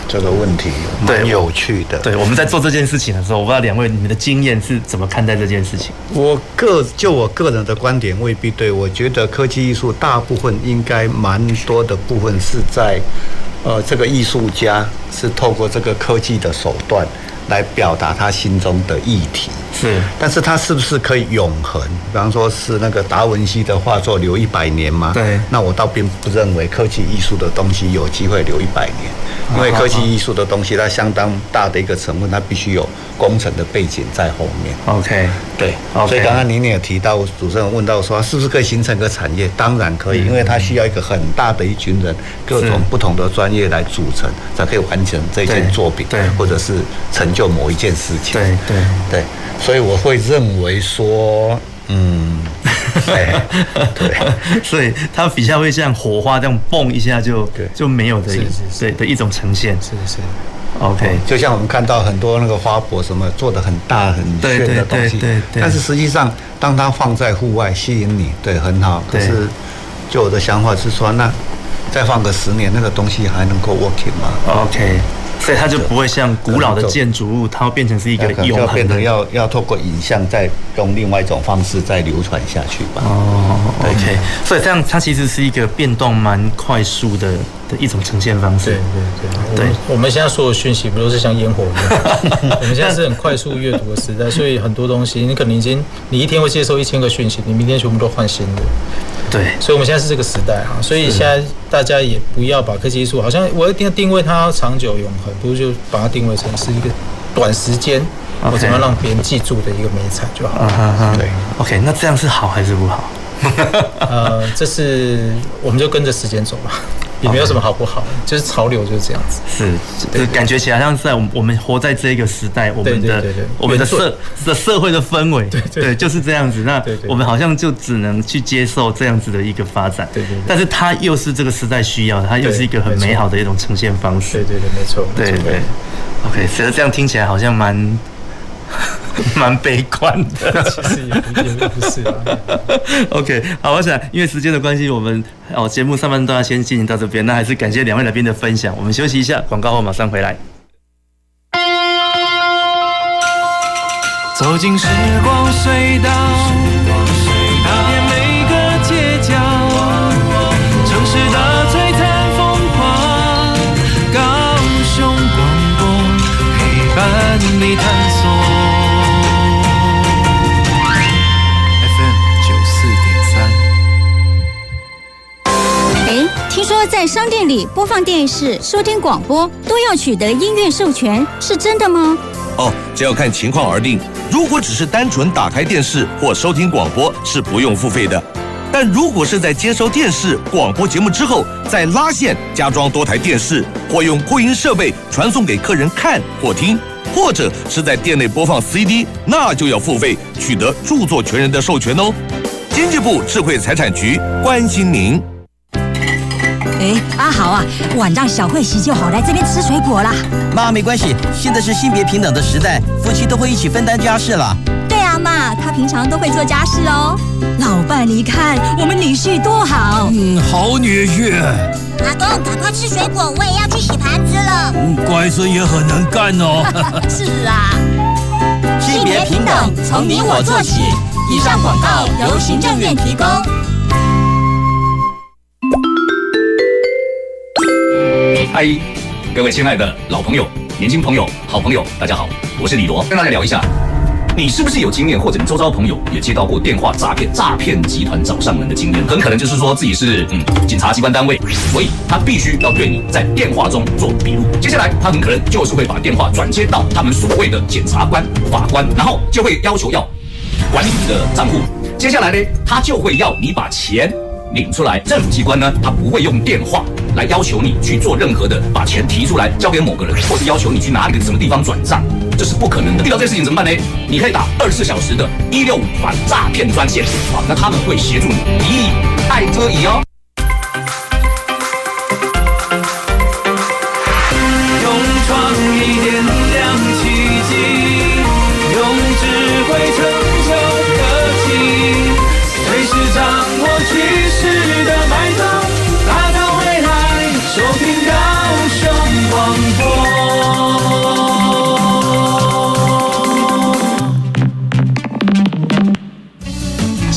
S2: 这个问题
S1: 对
S2: 蛮有趣的。
S1: 对，我们在做这件事情的时候，我不知道两位你们的经验是怎么看待这件事情？
S2: 我个就我个人的观点未必对，我觉得科技艺术大部分应该蛮多的部分是在，呃，这个艺术家是透过这个科技的手段来表达他心中的议题。
S1: 是
S2: 但是它是不是可以永恒？比方说是那个达文西的画作留一百年吗？
S1: 对
S2: 那我倒并不认为科技艺术的东西有机会留一百年，因为科技艺术的东西它相当大的一个成分，它必须有工程的背景在后面。
S1: OK，
S2: 对
S1: OK
S2: 所以刚刚您也有提到，主持人问到说，是不是可以形成一个产业？当然
S1: 嗯
S2: 可以，因为它需要一个很大的一群人，各种不同的专业来组成，才可以完成这件
S1: 对
S2: 作品，
S1: 对
S2: 或者是成就某一件事情。
S1: 对对
S2: 对，所以我会认为说，嗯，
S1: *laughs*
S2: 哎，对，
S1: 所以它比较会像火花这样蹦一下就
S2: 对
S1: 就没有的一
S3: 是是是
S1: 对的一种呈现。
S3: 是是，
S1: OK，
S2: 就像我们看到很多那个花博什么做的很大很
S1: 对
S2: 炫的
S1: 对
S2: 东西，
S1: 对对对
S2: 但是实际上当它放在户外吸引你，对，很好。可
S1: 对
S2: 是就我的想法是说，那再放个十年，那个东西还能够 working 吗？
S1: OK，所以它就不会像古老的
S2: 可能就
S1: 建筑物，它会变成是一个
S2: 那可能就
S1: 永
S2: 要
S1: 恒
S2: 变成
S1: 的。
S2: 要要透过影像再用另外一种方式再流传下去吧。
S1: 哦，OK，所以这样它其实是一个变动蛮快速的的一种呈现方
S3: 对
S1: 式。
S3: 对对，
S1: 对
S3: 我们我们现在所有讯息不都是像烟火一样？ *laughs* 我们现在是很快速阅读的时代，所以很多东西你可能已经，你一天会接收一千个讯息，你明天全部都换新的。
S1: 对
S3: 所以我们现在是这个时代啊，所以现在大家也不要把科技艺术好像我要定定位它长久永恒，不如就把它定位成是一个短时间
S1: OK
S3: 我怎么样让别人记住的一个美彩就好
S1: 啊
S3: 了。
S1: 哈哈
S2: 对
S1: ，OK，那这样是好还是不好？
S3: 呃，这是我们就跟着时间走吧， *laughs* 也没有什么好不好，就是潮流就是这样子。
S1: 是，就
S3: 对
S1: 就感觉起来像是在我们我们活在这一个时代，我们
S3: 对
S1: 的
S3: 对对
S1: 我们的
S3: 原罪
S1: 社的社会的氛围，对
S3: 对
S1: 就是这样子。那
S3: 对对对
S1: 我们好像就只能去接受这样子的一个发展，
S3: 对对对
S1: 但是它又是这个时代需要的，它又
S3: 对
S1: 是一个很
S3: 没错
S1: 美好的一种呈现方
S3: 对
S1: 式。
S3: 对对，没错，没
S1: 对
S3: 错
S1: 对，OK，所以这样听起来好像蛮 *laughs* 蛮悲观的。
S3: *laughs* 其实也不也不是啊。
S1: OK，好，我想因为时间的关系，我们哦节目上半段先进行到这边，那还是感谢两位来宾的分享，我们休息一下，广告后马上回来。
S4: 走进时光隧道，踏遍每个街角，城市的璀璨风狂，高雄广播陪伴你探索。FM 九四点三。
S5: 哎，听说在商店里播放电视、收听广播都要取得音乐授权，是真的吗？
S6: 哦，这要看情况而定。如果只是单纯打开电视或收听广播，是不用付费的。但如果是在接收电视、广播节目之后，再拉线加装多台电视，或用扩音设备传送给客人看或听，或者是在店内播放 CD，那就要付费，取得著作权人的授权哦。经济部智慧财产局关心您。
S5: 哎，阿豪啊，晚上小慧喜就好来这边吃水果啦。
S7: 妈，没关系，现在是性别平等的时代，夫妻都会一起分担家事了。
S5: 对啊，妈妈，她平常都会做家事哦。老伴，你看我们女婿多好。
S7: 嗯，好女婿，
S8: 阿公，赶快吃水果，我也要去洗盘子
S5: *laughs*
S8: 了。
S7: 嗯乖孙也很能干哦。
S8: 是啊，
S9: 性别平等从你我做起。以上广告由行政院提供。
S10: 嗨，各位亲爱的老朋友、年轻朋友、好朋友，大家好，我是李罗，跟大家聊一下，你是不是有经验，或者你周遭朋友也接到过电话诈骗、诈骗集团找上门的经验？很可能就是说自己是嗯警察机关单位，所以他必须要对你在电话中做笔录。接下来他很可能就是会把电话转接到他们所谓的检察官、法官，然后就会要求要管理你的账户。接下来呢，他就会要你把钱领出来。政府机关呢，他不会用电话来要求你去做任何的把钱提出来交给某个人，或是要求你去哪里的什么地方转账，这是不可能的。遇到这件事情怎么办呢？你可以打二十四小时的一六五反诈骗专线，啊，那他们会协助你一亿爱遮疑哦。
S4: 用创意点亮奇迹，用智慧成就科技，随时掌握趋势的脉动，打造未来，收听高雄广播。
S11: 前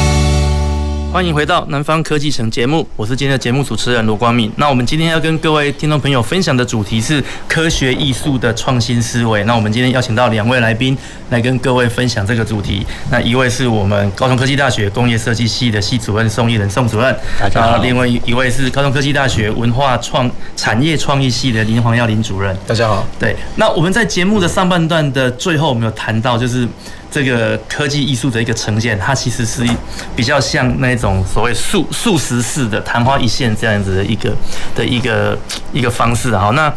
S1: 欢迎回到南方科技城节目，我是今天的节目主持人罗光敏。那我们今天要跟各位听众朋友分享的主题是科学艺术的创新思维。那我们今天邀请到两位来宾来跟各位分享这个主题。那一位是我们高雄科技大学工业设计系的系主任宋义仁宋主任，
S2: 大家好
S1: 然后另外一位是高雄科技大学文化创产业创意系的林黄耀林主任。
S3: *laughs* 大家好，
S1: 对，那我们在节目的上半段的最后，我们有谈到就是这个科技艺术的一个呈现，它其实是比较像那种所谓素素食式的昙花一现这样子的一个的一个一个方式啊。好，那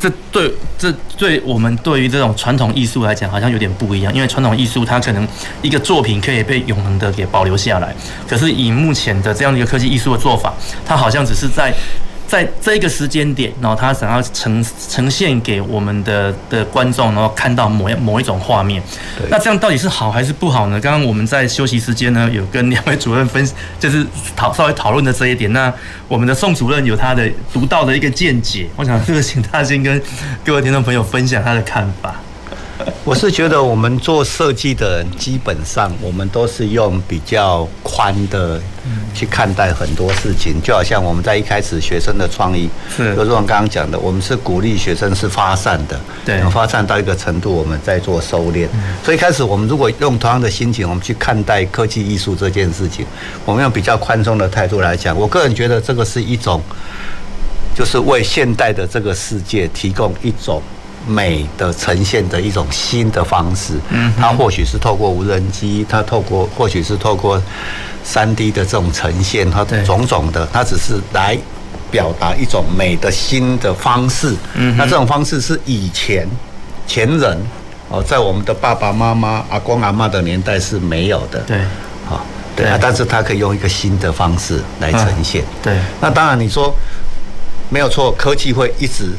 S1: 这对这对我们对于这种传统艺术来讲，好像有点不一样，因为传统艺术它可能一个作品可以被永恒的给保留下来，可是以目前的这样的一个科技艺术的做法，它好像只是在在这个时间点，然后他想要呈呈现给我们的的观众，然后看到某一某一种画面，那这样到底是好还是不好呢？刚刚我们在休息时间呢，有跟两位主任分， *laughs* 就是讨稍微讨论的这一点。那我们的宋主任有他的独到的一个见解，我想这个请他先跟各位听众朋友分享他的看法。
S2: 我是觉得我们做设计的人，基本上我们都是用比较宽的去看待很多事情，就好像我们在一开始学生的创意，
S1: 是
S2: 就是我们刚刚讲的，我们是鼓励学生是发散的，
S1: 对嗯
S2: 发散到一个程度，我们再做收敛。所以一开始我们如果用同样的心情，我们去看待科技艺术这件事情，我们用比较宽松的态度来讲，我个人觉得这个是一种。就是为现代的这个世界提供一种美的呈现的一种新的方式。嗯，它或许是透过无人机，它透过或许是透过三 D 的这种呈现，它
S1: 对
S2: 种种的，它只是来。表达一种美的新的方式，嗯，那这种方式是以前前人哦，在我们的爸爸妈妈、阿公阿嬷的年代是没有的，
S1: 对，
S2: 好、对
S1: 对
S2: 啊，但是它可以用一个新的方式来呈现，
S1: 嗯对
S2: 那当然，你说没有错，科技会一直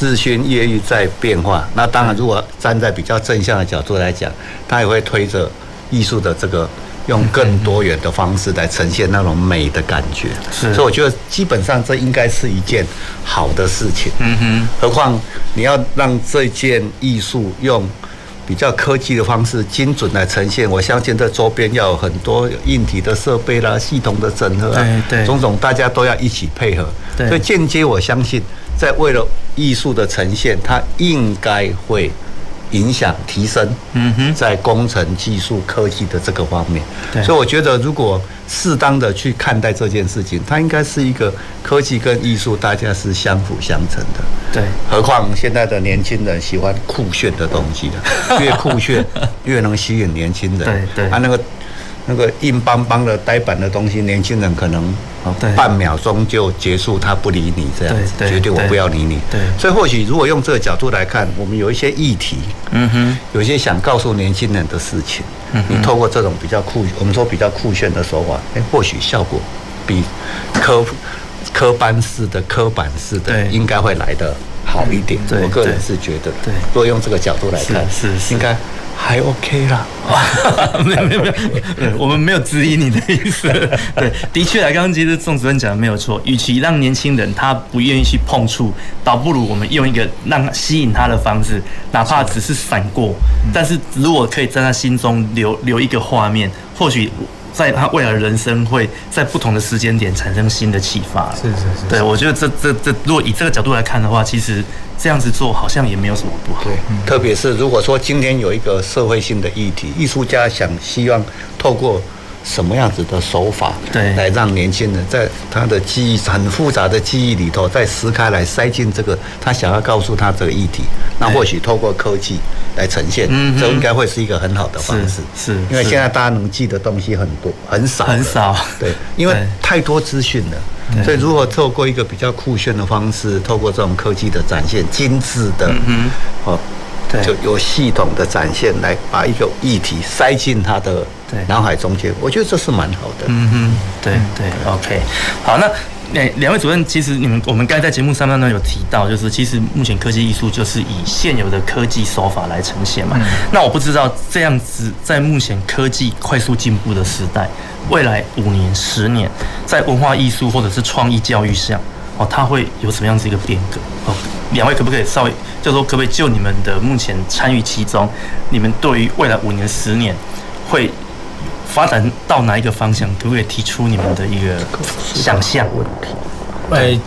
S2: 日新月异在变化。那当然，如果站在比较正向的角度来讲，它也会推着艺术的这个用更多元的方式来呈现那种美的感觉。
S1: 是
S2: 所以我觉得基本上这应该是一件好的事情。嗯哼，何况你要让这件艺术用。比较科技的方式精准来呈现，我相信这周边要有很多硬体的设备啦、系统的整合啊，
S1: 对对
S2: 种种大家都要一起配合。
S1: 对
S2: 所以间接我相信，在为了艺术的呈现，它应该会影响提升。
S1: 嗯哼
S2: 在工程技术科技的这个方面
S1: 对，
S2: 所以我觉得如果适当的去看待这件事情，它应该是一个科技跟艺术大家是相辅相成的。
S1: 对，
S2: 何况现在的年轻人喜欢酷炫的东西
S1: *laughs*
S2: 的，越酷炫越能吸引年轻人。
S1: 对对
S2: 啊，那个那个硬邦邦的呆板的东西，年轻人可能啊
S1: 对
S2: 半秒钟就结束，他不理你这样子，
S1: 对对
S2: 决定我
S1: 对
S2: 不要理你。
S1: 对
S2: 所以或许如果用这个角度来看，我们有一些议题，
S1: 嗯哼，
S2: 有些想告诉年轻人的事情，
S1: 嗯
S2: 你透过这种比较酷，我们说比较酷炫的手法，哎，或许效果比科科班式的、科板式的，应该会来的好一点。
S1: 嗯对
S2: 我个人是觉得，
S1: 对，
S2: 如果用这个角度来看，
S1: 是是
S2: 应该还 OK 啦。
S1: *laughs* 没有没有没有，对我们没有质疑你的意
S3: *laughs*
S1: 思。对，的确啊，刚刚其实宋主任讲的没有错。与其让年轻人他不愿意去碰触，倒不如我们用一个让吸引他的方式，哪怕只是闪过，
S3: 嗯
S1: 但是如果可以在他心中留留一个画面，或许在他未来的人生会在不同的时间点产生新的启发。
S3: 是是是，
S1: 对，我觉得这这这，如果以这个角度来看的话，其实这样子做好像也没有什么不好。
S2: 对，特别是如果说今天有一个社会性的议题，艺术家想希望透过什么样子的手法，
S1: 对
S2: 来让年轻人在他的记忆很复杂的记忆里头再撕开来塞进这个他想要告诉他这个议题，那或许透过科技来呈现
S1: 嗯，哼
S2: 这应该会是一个很好的方式。
S1: 是是
S2: 因为
S1: 是
S2: 现在大家能记的东西很多很少了，
S1: 很少
S2: 对，因为
S1: 对
S2: 太多资讯了。
S1: 对
S2: 所以，如果透过一个比较酷炫的方式，透过这种科技的展现，精致的，
S1: 嗯
S2: 哦，
S1: 对
S2: 就有系统的展现，来把一个议题塞进他的
S1: 对
S2: 脑海中间，我觉得这是蛮好的。
S1: 嗯哼，对对，OK，好，那。两两位主任，其实你们我们刚才在节目上面呢有提到，就是其实目前科技艺术就是以现有的科技手法来呈现嘛。那我不知道这样子，在目前科技快速进步的时代，未来五年、十年，在文化艺术或者是创意教育上，哦，它会有什么样子一个变革？哦，两位可不可以稍微，就说可不可以就你们的目前参与其中，你们对于未来五年、十年会发展到哪一个方向，可不可以提出你们的一个想象？
S3: 哎，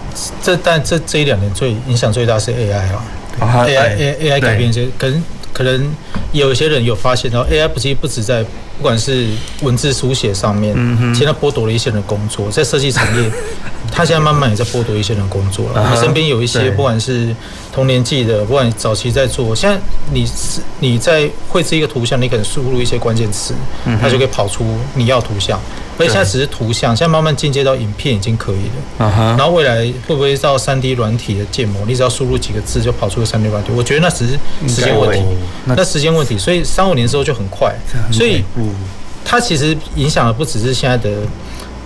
S3: 这但这这一两年最影响最大是 AI 啊
S1: 啊
S3: ，AI
S1: 对
S3: AI
S1: 对
S3: 改变一些，可能可能有一些人有发现到 AI 不是不止在不管是文字书写上面，
S1: 嗯哼
S3: 其实它剥夺了一些人的工作，在设计产业，它现在慢慢也在剥夺一些人的工作了。
S1: 啊 *laughs*
S3: 我
S1: 哈
S3: 们身边有一些
S1: 对
S3: 不管是同年纪的，不管你早期在做，现在你是你在绘制一个图像，你可能输入一些关键词
S1: 嗯哼，
S3: 它就可以跑出你要的图像。而且现在只是图像，现在慢慢进阶到影片已经可以了。
S1: 啊哈
S3: 然后未来会不会到三 D 软体的建模？你只要输入几个字就跑出个三 D 软体，我觉得那只是时间问题
S1: 应该会，哦那
S3: 那时间问题，所以三五年之后就很快，所以它其实影响的不只是现在的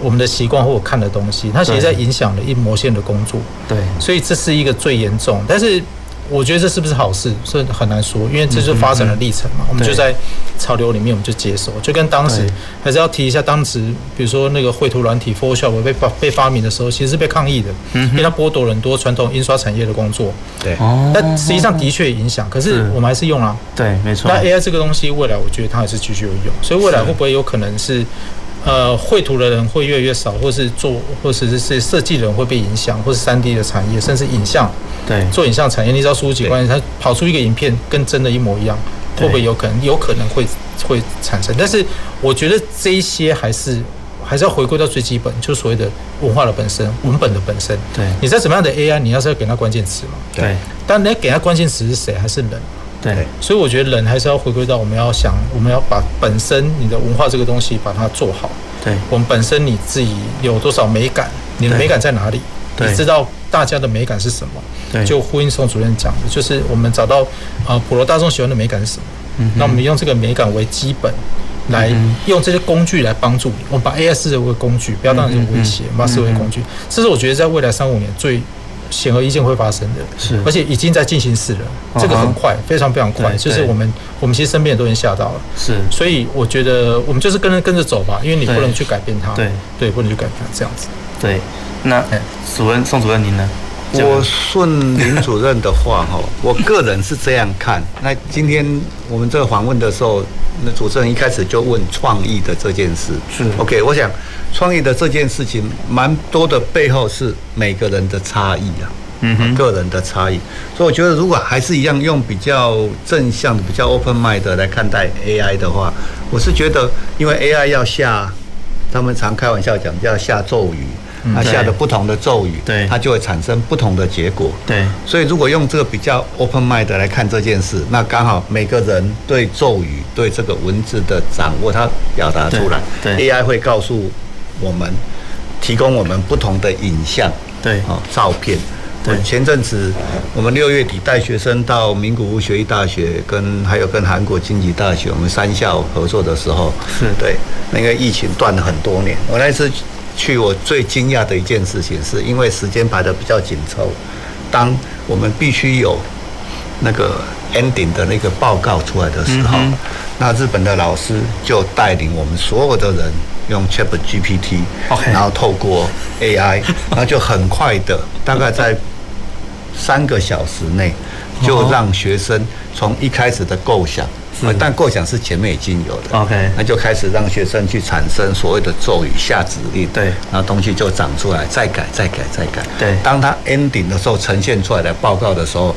S3: 我们的习惯或我看的东西，它其实在影响了一模线的工作，
S1: 对，
S3: 所以这是一个最严重，但是。我觉得这是不是好事，是很难说，因为这就是发展的历程嘛。我们
S1: 嗯对
S3: 就在潮流里面，我们就接受，就跟当时
S1: 对
S3: 还是要提一下，当时比如说那个绘图软体 Photoshop 被发被发明的时候，其实是被抗议的，
S1: 嗯哼
S3: 因为它剥夺了很多传统印刷产业的工作。
S2: 对，
S1: 哦
S3: 但实际上的确影响，可是
S1: 是
S3: 我们还是用啊。
S1: 对，没错
S3: 那，AI 这个东西，未来我觉得它还是继续有用，所以未来会不会有可能是，呃，绘图的人会越来越少，或是做，或者是是设计人会被影响，或是三 D 的产业，甚至影像
S1: 对，
S3: 做影像产业，你只要输入几个关键词，它跑出一个影片，跟真的一模一样，
S1: 对
S3: 会不会有可能？有可能会会产生，但是我觉得这一些还是还是要回归到最基本，就是所谓的文化的本身，文本的本身。
S1: 对
S3: 你在什么样的 AI，你要是要给它关键词嘛？
S1: 对，
S3: 但你要给它关键词是谁，还是人？
S1: 对，
S3: 所以我觉得人还是要回归到我们要想，我们要把本身你的文化这个东西把它做好。
S1: 对，
S3: 我们本身你自己有多少美感，你的
S1: 对
S3: 美感在哪里？
S1: 对
S3: 你知道大家的美感是什么？
S1: 对
S3: 就呼应宋主任讲的，就是我们找到呃普罗大众喜欢的美感是什
S1: 嗯
S3: 么？那我们用这个美感为基本，来用这些工具来帮助你。我们把 AI 视为工具，不要让
S1: 嗯
S3: 人威胁，我们把它视为工具。这是我觉得在未来三五年最显而易见会发生的，
S1: 是
S3: 而且已经在进行式了。
S1: 哼
S3: 这个很快，非常非常快，
S1: 对
S3: 就是
S1: 对
S3: 我们我们其实身边人都已经吓到了。
S1: 是，
S3: 所以我觉得我们就是跟着跟着走吧，因为你不
S1: 对
S3: 能去改变它，
S1: 对
S3: 对，不能去改变它这样子。
S1: 对。那
S3: 哎
S1: 主任宋主任您呢？
S2: 我顺林主任的话
S1: *laughs*
S2: 哈，我个人是这样看。那今天我们这个访问的时候，那主持人一开始就问创意的这件事。
S1: 是
S2: OK，我想创意的这件事情，蛮多的背后是每个人的差异啊。
S1: 嗯哼
S2: 个人的差异，所以我觉得如果还是一样用比较正向的、比较 open mind 的来看待 AI 的话，我是觉得，因为 AI 要下，他们常开玩笑讲叫下咒语，那、
S1: 嗯对
S2: 下的不同的咒语，
S1: 对
S2: 它就会产生不同的结果。
S1: 对
S2: 所以如果用这个比较 open mind 的来看这件事，那刚好每个人对咒语、对这个文字的掌握，它表达出来
S1: 对对
S2: ，AI 会告诉我们，提供我们不同的影像，
S1: 对
S2: 哦，照片。
S1: 对
S2: 我前阵子我们六月底带学生到名古屋学艺大学，跟还有跟韩国经济大学，我们三校合作的时候，
S1: 是
S2: 对，那个疫情断了很多年。我那次去我最惊讶的一件事情，是因为时间排得比较紧凑，当我们必须有那个 ending 的那个报告出来的时候，
S12: 嗯哼
S2: 那日本的老师就带领我们所有的人用 Chat GPT，、然后透过 *laughs* AI，然后就很快的，大概在三个小时内，就让学生从一开始的构想，呃但构想哦是前面已经有的，OK，那就开始让学生去产生所谓的咒语、下指令，对，然后东西就长出来，再改、再改、再改，对。当它 ending 的时候，呈现出来的报告的时候，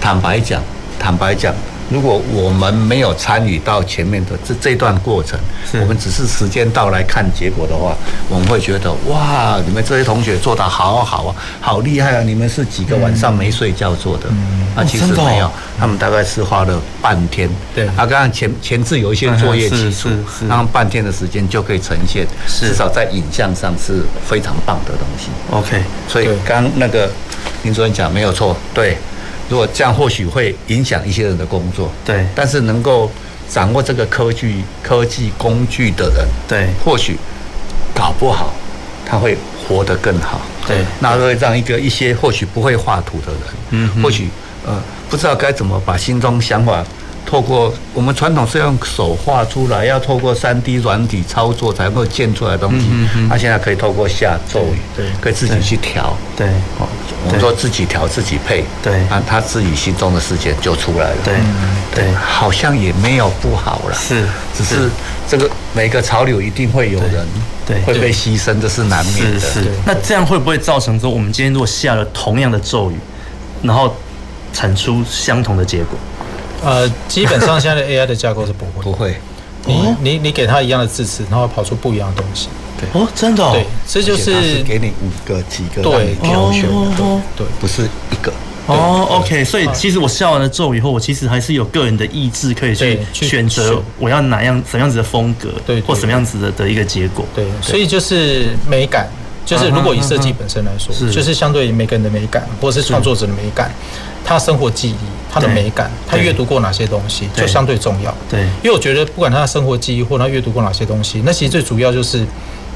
S2: 坦白讲，坦白讲。如果我们没有参与到前面的这这段过程，我们只是时间到来看结果的话，我们会觉得哇，你们这些同学做得好好啊，好厉害啊！你们是几个晚上没睡觉做的？啊，
S12: 哦
S2: 其实
S12: 真的哦
S2: 没有，他们大概是花了半天。对，啊，刚刚前前置有一些作业基础
S12: 嗯是是，
S2: 然后半天的时间就可以呈现，至少在影像上是非常棒的东西。
S1: OK，
S2: 所以刚刚那个林主任讲没有错，对。如果这样或许会影响一些人的工作，
S1: 对。
S2: 但是能够掌握这个科技科技工具的人，
S1: 对，
S2: 或许搞不好他会活得更好，
S1: 对。
S2: 那会让一个一些或许不会画图的人，
S1: 嗯哼
S2: 或许呃不知道该怎么把心中想法。透过我们传统是用手画出来，要透过三 D 软体操作才能够建出来的东西
S1: 嗯。哼
S2: 他、现在可以透过下咒语，
S1: 对对
S2: 可以自己去调。
S1: 对，
S2: 哦，我们说自己调自己配，
S1: 对，
S2: 啊，他自己心中的世界就出来了，
S1: 对，
S2: 对，好像也没有不好啦，是，只是这个每个潮流一定会有人
S1: 对
S2: 会被牺牲，这是难免的，
S1: 是是，那这样会不会造成说，我们今天如果下了同样的咒语，然后产出相同的结果？
S3: 呃，基本上现在的 AI 的架构是不会，
S2: 不会。
S1: 哎
S3: 你你你给它一样的字词，然后跑出不一样的东西。
S2: 对
S1: 哦，真的、哦。
S3: 对，这就
S2: 而且它是
S3: 是
S2: 给你五个几个让
S3: 对
S2: 你挑选的，
S1: 哦
S2: 对，不是一个。
S1: 哦，OK，所以其实我下完了咒以后，我其实还是有个人的意志可以去
S3: 去
S1: 选择
S3: 选
S1: 我要哪样什么样子的风格，
S3: 对
S1: 或什么样子的的一个结果。对，
S3: 所以就是美感，就是如果以设计本身来说
S1: 嗯哼嗯哼，是
S3: 就是相对于每个人的美感，或者是创作者的美感，他生活记忆、他的
S1: 对
S3: 美感，他
S1: 对
S3: 阅读过哪些东西，
S1: 对
S3: 就相对重要。
S1: 对
S3: 因为我觉得不管他的生活记忆或他阅读过哪些东西，那其实最主要就是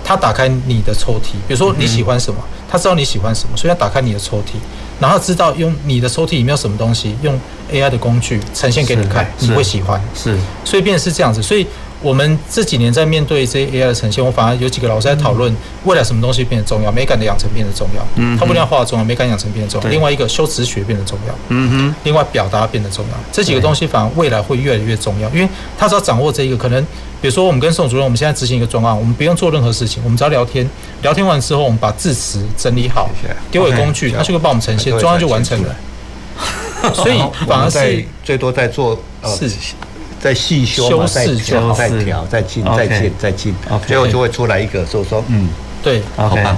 S3: 他打开你的抽屉，比如说你喜欢什么，
S1: 嗯
S3: 他知道你喜欢什么，所以他打开你的抽屉，然后知道用你的抽屉里面有什么东西，用 AI 的工具呈现给你看，
S1: 是
S3: 你会喜欢。
S1: 是
S3: 所以变成是这样子，所以。我们这几年在面对这些 AI 的呈现，我反而有几个老师在讨论未来什么东西变得重要，美感的养成变得重要，
S1: 嗯哼
S3: 他不一定要画重要，美感养成变得重要，
S1: 对
S3: 另外一个修辞学变得重要，
S1: 嗯
S3: 另外表达变得重要，这几个东西反而未来会越来越重要，因为他只要掌握这一个，可能比如说我们跟宋主任，我们现在执行一个专案，我们不用做任何事情，我们只要聊天，聊天完之后，我们把字词整理好，丢给工具，它就会帮我们呈现，专案就完成了。所
S2: 哦
S3: 以反而
S2: 在
S3: 是
S2: 最多在做呃，在细修嘛，
S3: 修
S2: 在
S3: 饰
S2: 调、
S3: 修
S2: 在
S3: 饰
S2: 调、再进、
S3: OK
S2: 再进、再进，最后就会出来一个，就是说，嗯，
S3: 对，
S2: 好棒。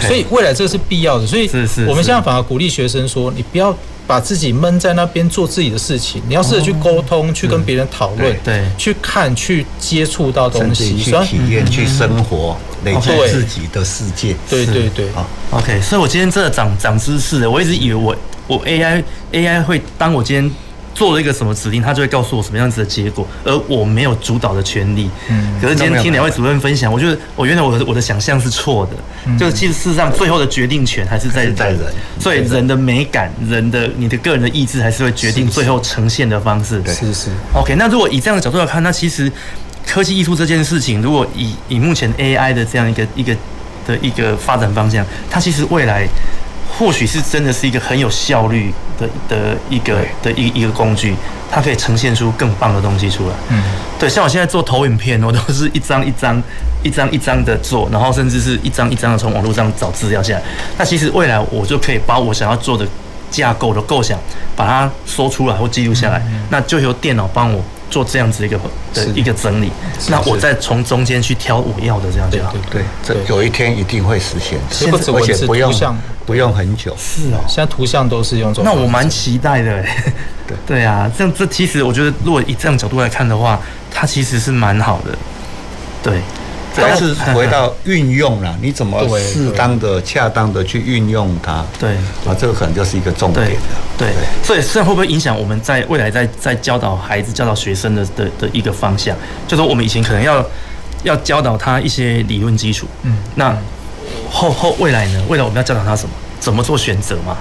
S3: 所以未来这是必要的，所以
S2: 是
S3: 我们现在反而鼓励学生说，你不要把自己闷在那边做自己的事情，你要试着去沟通，去跟别人讨论，
S2: 嗯
S1: 对，
S3: 去看，去接触到
S2: 甚
S3: 东
S2: 至
S3: 西，
S2: 去
S3: 所以
S2: 体验、去生活，累积
S1: 对
S2: 自己的世界。
S3: 哦
S2: 哦
S3: 对对对。
S2: 好，
S1: OK，所以我今天真的长长知识了。我一直以为我我 AI AI 会当我今天做了一个什么指令，它就会告诉我什么样子的结果，而我没有主导的权利。
S12: 嗯
S1: 可是今
S12: 那没
S1: 天
S12: 有办
S1: 听两
S12: 法
S1: 位主任分享，我觉得我原来我的我的想象是错的，
S12: 嗯
S1: 就其实事实上最后的决定权还是在在人，所以人的美感、人的你的个人的意志还是会决定最后呈现的方式。
S3: 是是。
S1: OK，那如果以这样的角度来看，那其实科技艺术这件事情，如果以以目前 AI 的这样一个一个的一个发展方向，它其实未来或许是真的是一个很有效率的的一个的一一个工具，它可以呈现出更棒的东西出来。
S3: 嗯，
S1: 对，像我现在做投影片，我都是一张一张、一张一张的做，然后甚至是一张一张的从网络上找资料下来。那其实未来我就可以把我想要做的架构的构想，把它说出来或记录下来，那就由电脑帮我做这样子一个的
S2: 嗯是
S1: 一个整理。
S2: 是
S1: 那我
S2: 是
S1: 再从中间去挑我要的这样就好。
S2: 对，这有一天一定会实现，
S1: 现在
S2: 而且不用
S1: 图像
S2: 不用很久。
S1: 是哦，
S3: 现在图像都是用这种
S1: 那
S3: 方式。
S1: 我蛮期待的欸。
S2: 对
S1: *laughs* 对啊，这样这其实我觉得，如果以这样角度来看的话，它其实是蛮好的。对，
S2: 但是回到运用啦，你怎么
S1: 对
S2: 适当的、恰当的去运用它？
S1: *laughs* 对，
S2: 啊，这个可能就是一个重点了。
S1: 对，所以这会不会影响我们在未来在在教导孩子、教导学生的的的一个方向？就说我们以前可能要要教导他一些理论基础。嗯，那后后未来呢？未来我们要教导他什么？怎么做选择嘛？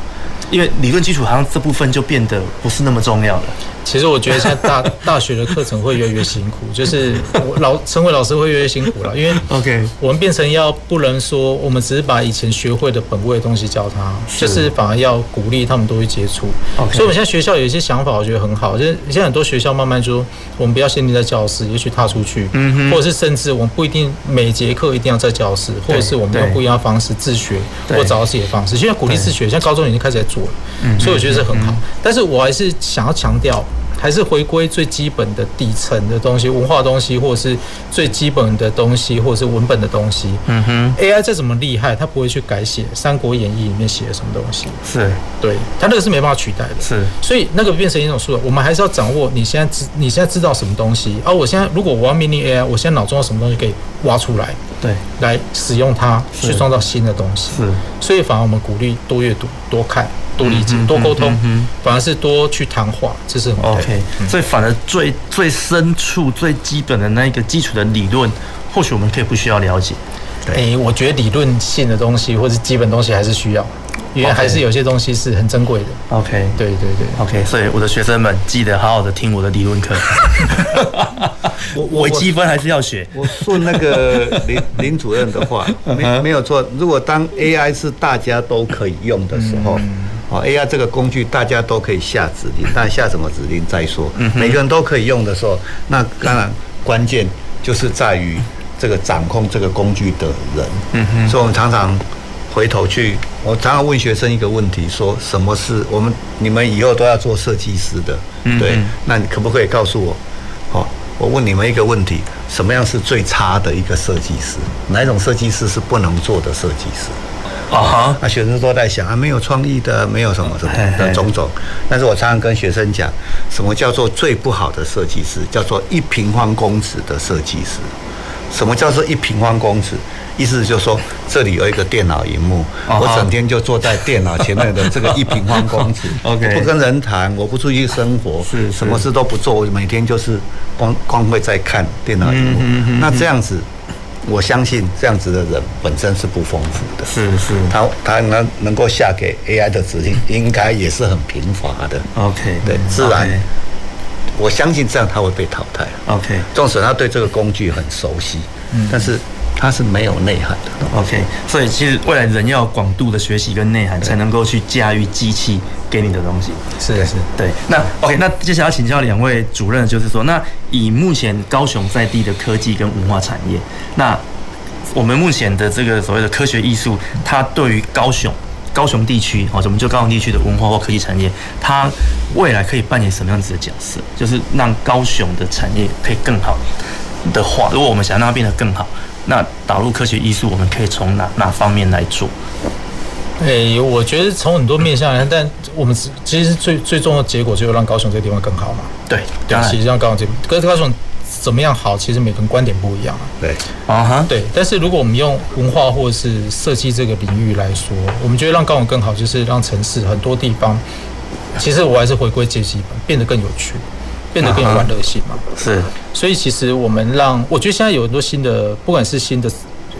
S1: 因为理论基础好像这部分就变得不是那么重要了。
S3: 其实我觉得现在大 *laughs* 大学的课程会越来越辛苦，就是我老 *laughs* 成为老师会越来越辛苦了，因为
S1: OK
S3: 嗯我们变成要不能说我们只是把以前学会的本位的东西教他，
S1: 是
S3: 就是反而要鼓励他们多去接触。
S1: OK
S3: 所以我们现在学校有一些想法，我觉得很好，就是现在很多学校慢慢就说，我们不要限定在教室，也许踏出去，
S1: 嗯哼
S3: 或者是甚至我们不一定每节课一定要在教室，或者是我们
S1: 对
S3: 用不一样的方式自学
S1: 对
S3: 或找到自己的方式。现在鼓励自学，像高中已经开始在做了，
S1: 嗯
S3: 所以我觉得这很好。但是我还是想要强调，还是回归最基本的底层的东西，文化的东西，或者是最基本的东西，或者是文本的东西。
S1: 嗯哼，
S3: AI 再怎么厉害，它不会去改写《三国演义》里面写的什么东西，
S1: 是
S3: 对，它那个是没办法取代的。
S1: 是，
S3: 所以那个变成一种素养，我们还是要掌握你现在知你现在知道什么东西啊？我现在如果我要命令 AI，我现在脑中有什么东西可以挖出来，
S1: 对，
S3: 来使用它
S1: 是
S3: 去创造新的东西。
S1: 是
S3: 所以反而我们鼓励多阅读、多看、多理解、
S1: 嗯哼
S3: 多沟通
S1: 嗯哼嗯哼，
S3: 反而是多去谈话，这是很好的
S1: OK。所以反而最最深处、最基本的那一个基础的理论，或许我们可以不需要了解。
S3: 诶、我觉得理论性的东西或者基本东西还是需要，因为
S1: OK
S3: 还是有些东西是很珍贵的。
S1: OK，
S3: 对对对，
S1: OK，所以我的学生们记得好好的听我的理论课，
S2: *laughs* 我
S1: 微积分还是要学。
S2: 我顺那
S1: *laughs*
S2: 个林林主任的话，
S1: Uh-huh
S2: 没没有错。如果当 AI 是大家都可以用的时候，
S1: 嗯
S2: 哦，AI 这个工具大家都可以下指令，但下什么指令再说。
S1: 嗯
S2: 每个人都可以用的时候，那当然关键就是在于这个掌控这个工具的人。
S1: 嗯哼
S2: 所以我们常常回头去，我常常问学生一个问题：说什么是我们你们以后都要做设计师的？
S1: 嗯
S2: 对
S1: 嗯，
S2: 那你可不可以告诉我？好、哦我问你们一个问题：什么样是最差的一个设计师？哪一种设计师是不能做的设计师？
S1: 啊哈，
S2: 那学生都在想啊，没有创意的，没有什么什么的种种。但是我常常跟学生讲，什么叫做最不好的设计师？叫做一平方公尺的设计师。什么叫做一平方公尺？意思就是说，这里有一个电脑荧幕，
S1: 啊哈
S2: 我整天就坐在电脑前面的这个一平方公尺
S1: *laughs* OK
S2: 我不跟人谈，我不出去生活，
S1: 是是
S2: 什么事都不做，我每天就是光光会在看电脑荧幕。
S1: 嗯哼嗯哼
S2: 那这样子，我相信这样子的人本身是不丰富的。
S1: 是是
S2: 他他能能够下给 AI 的指令，应该也是很贫乏的。
S1: ，OK，
S2: 对，自然，我相信这样他会被淘汰。
S1: OK
S2: 纵使他对这个工具很熟悉，
S1: 嗯
S2: 但是他是没有内涵的。
S1: OK，所以其实未来人要广度的学习跟内涵，才能够去驾驭机器给你的东西。
S3: 是是。
S1: 对，那
S2: 哦
S1: OK，那接下来请教两位主任，就是说，那以目前高雄在地的科技跟文化产业，那我们目前的这个所谓的科学艺术，它对于高雄高雄地区，哦，我们就高雄地区的文化或科技产业，它未来可以扮演什么样子的角色？就是让高雄的产业可以更好的话，如果我们想让它变得更好，那导入科学艺术，我们可以从哪哪方面来做？
S3: 诶、我觉得从很多面向来看，但我们只其实最最重要的结果就是让高雄这个地方更好嘛。
S1: 对，
S3: 对
S1: 当，然
S3: 其，实让高雄这，可是高雄怎么样好，其实每个人观点不一样啊。
S2: 对，
S1: 啊哈，
S3: 对，但是如果我们用文化或者是设计这个领域来说，我们觉得让高雄更好，就是让城市很多地方，其实我还是回归阶级本，变得更有趣，变得更有玩乐性嘛。
S1: 啊是，
S3: 所以其实我们让，我觉得现在有很多新的，不管是新的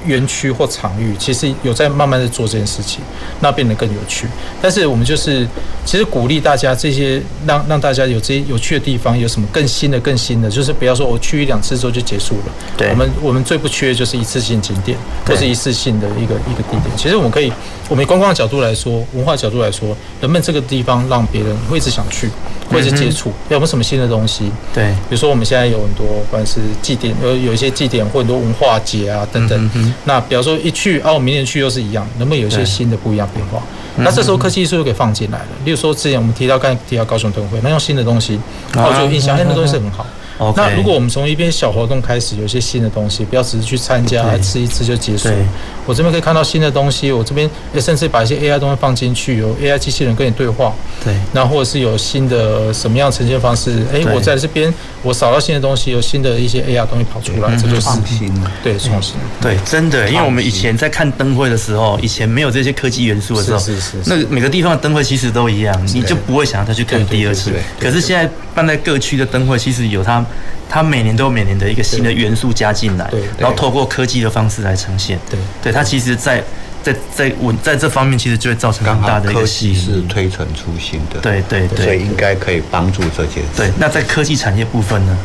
S3: 园区或场域，其实有在慢慢的做这件事情，那变得更有趣。但是我们就是其实鼓励大家这些，让让大家有这些有趣的地方，有什么更新的、更新的，就是不要说我去一两次之后就结束了。
S1: 对
S3: 我们我们最不缺的就是一次性景点或
S1: 对
S3: 是一次性的一个一个地点。其实我们可以，我们以观光的角度来说，文化角度来说，能不能这个地方让别人会一直想去，会一
S1: 嗯
S3: 直接触，有没有什么新的东西？
S1: 对，
S3: 比如说我们现在有很多，不管是祭典，有有一些祭典或很多文化节啊等等。
S1: 嗯哼
S3: 那比方说一去啊，我明年去又是一样，能不能有一些
S1: 对嗯
S3: 新的不一样变化？那这时候科技艺术又给放进来了。例如说之前我们提到刚才提到高雄灯会，那用新的东西，那我就有印象，
S1: 啊
S3: 哎，那东西是很好。
S1: OK
S3: 那如果我们从一边小活动开始，有一些新的东西，不要只是去参加
S1: 对
S3: 吃一吃就结束
S1: 对。
S3: 我这边可以看到新的东西，我这边哎甚至把一些 AI 东西放进去，有 AI 机器人跟你对话。
S1: 对，
S3: 那或者是有新的什么样的呈现方式？哎、
S1: 对
S3: 我在这边我扫到新的东西，有新的一些 AR 东西跑出来，
S1: 嗯
S3: 这就是
S2: 创新啊
S3: 对创新。
S1: 对，真的，因为我们以前在看灯会的时候，以前没有这些科技元素的时候，
S3: 是是是是
S1: 那个每个地方的灯会其实都一样，你就不会想要再去看第二次
S3: 对对。
S1: 可是现在办在各区的灯会，其实有它它每年都有每年的一个新的元素加进来，然后透过科技的方式来呈现。
S3: 对，
S1: 对，它其实在，在在我在这方面其实就会造成很大的一
S2: 科
S1: 个吸
S2: 技是
S1: 引。
S2: 推陈出新的，
S1: 对对对
S2: 所以应该可以帮助这件事。
S1: 对，那在科技产业部分呢？